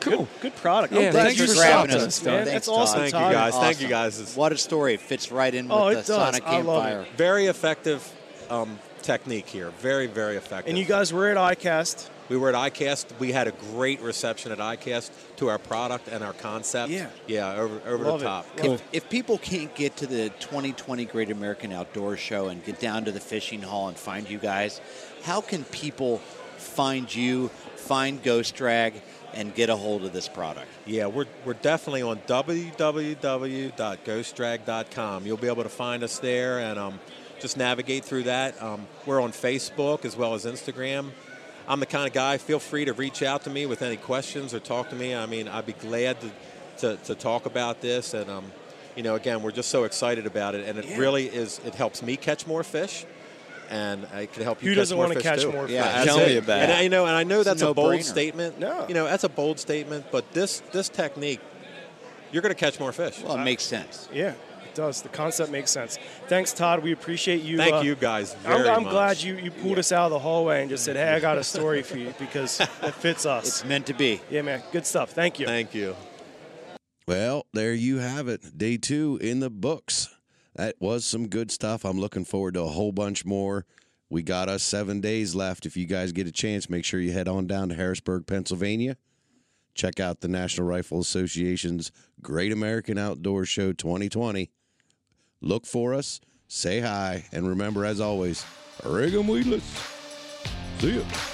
[SPEAKER 6] Cool.
[SPEAKER 3] good, good product
[SPEAKER 6] Yeah,
[SPEAKER 3] i'm glad
[SPEAKER 6] thanks
[SPEAKER 3] you
[SPEAKER 6] for
[SPEAKER 3] stopped
[SPEAKER 6] grabbing
[SPEAKER 3] us
[SPEAKER 9] us.
[SPEAKER 3] man
[SPEAKER 9] Thanks,
[SPEAKER 3] that's
[SPEAKER 9] Todd.
[SPEAKER 3] awesome
[SPEAKER 10] Thank you
[SPEAKER 3] Todd.
[SPEAKER 10] guys. Thank you
[SPEAKER 9] Awesome.
[SPEAKER 10] guys. It's
[SPEAKER 9] What a story. It fits right in
[SPEAKER 3] Oh,
[SPEAKER 9] with
[SPEAKER 3] it
[SPEAKER 9] the
[SPEAKER 3] does.
[SPEAKER 9] Sonic
[SPEAKER 3] I love
[SPEAKER 9] Campfire.
[SPEAKER 10] very effective um, technique here. Very, very effective.
[SPEAKER 3] and you guys were at ICAST.
[SPEAKER 10] We were at ICAST. We had a great reception at ICAST to our product and our concept.
[SPEAKER 3] Yeah.
[SPEAKER 10] Yeah, over, over
[SPEAKER 3] Love it.
[SPEAKER 10] the top.
[SPEAKER 3] Cool.
[SPEAKER 9] If, if people can't get to the 2020 Great American Outdoor Show and get down to the fishing hall and find you guys, how can people find you, find Ghost Drag, and get a hold of this product?
[SPEAKER 10] Yeah, we're, we're definitely on www.ghostdrag.com. You'll be able to find us there and um, just navigate through that. Um, we're on Facebook as well as Instagram. I'm the kind of guy, feel free to reach out to me with any questions or talk to me. I mean, I'd be glad to, to, to talk about this. And um, you know, again, we're just so excited about it, and it really is. It helps me catch more fish, and it can help you.
[SPEAKER 3] Who
[SPEAKER 10] catch
[SPEAKER 3] doesn't
[SPEAKER 10] more
[SPEAKER 3] wanna
[SPEAKER 10] fish
[SPEAKER 3] catch
[SPEAKER 10] too.
[SPEAKER 3] more
[SPEAKER 10] Yeah,
[SPEAKER 3] fish?
[SPEAKER 10] that's
[SPEAKER 3] Tell me
[SPEAKER 10] it.
[SPEAKER 3] about
[SPEAKER 10] and
[SPEAKER 3] it.
[SPEAKER 10] I, you know, and I know
[SPEAKER 3] It's a
[SPEAKER 10] that's a, bold
[SPEAKER 3] no-brainer.
[SPEAKER 10] statement.
[SPEAKER 3] No.
[SPEAKER 10] you know, that's a bold statement, but this this technique, you're going to catch more fish.
[SPEAKER 9] Well, it makes sense.
[SPEAKER 3] Yeah, it does. The concept makes sense. Thanks, Todd. We appreciate you. uh,
[SPEAKER 10] Thank you guys very
[SPEAKER 3] I'm, I'm
[SPEAKER 10] much.
[SPEAKER 3] glad you, you pulled us out of the hallway and just said, hey, I got a story for you because it fits us.
[SPEAKER 9] It's meant to be.
[SPEAKER 3] Yeah, man. Good stuff. Thank you.
[SPEAKER 10] Thank you.
[SPEAKER 1] Well, there you have it. Day two in the books. That was some good stuff. I'm looking forward to a whole bunch more. We got us seven days left. If you guys get a chance, make sure you head on down to Harrisburg, Pennsylvania. Check out the National Rifle Association's Great American Outdoor Show 2020. Look for us, say hi, and remember, as always, rig 'em weedless. See ya.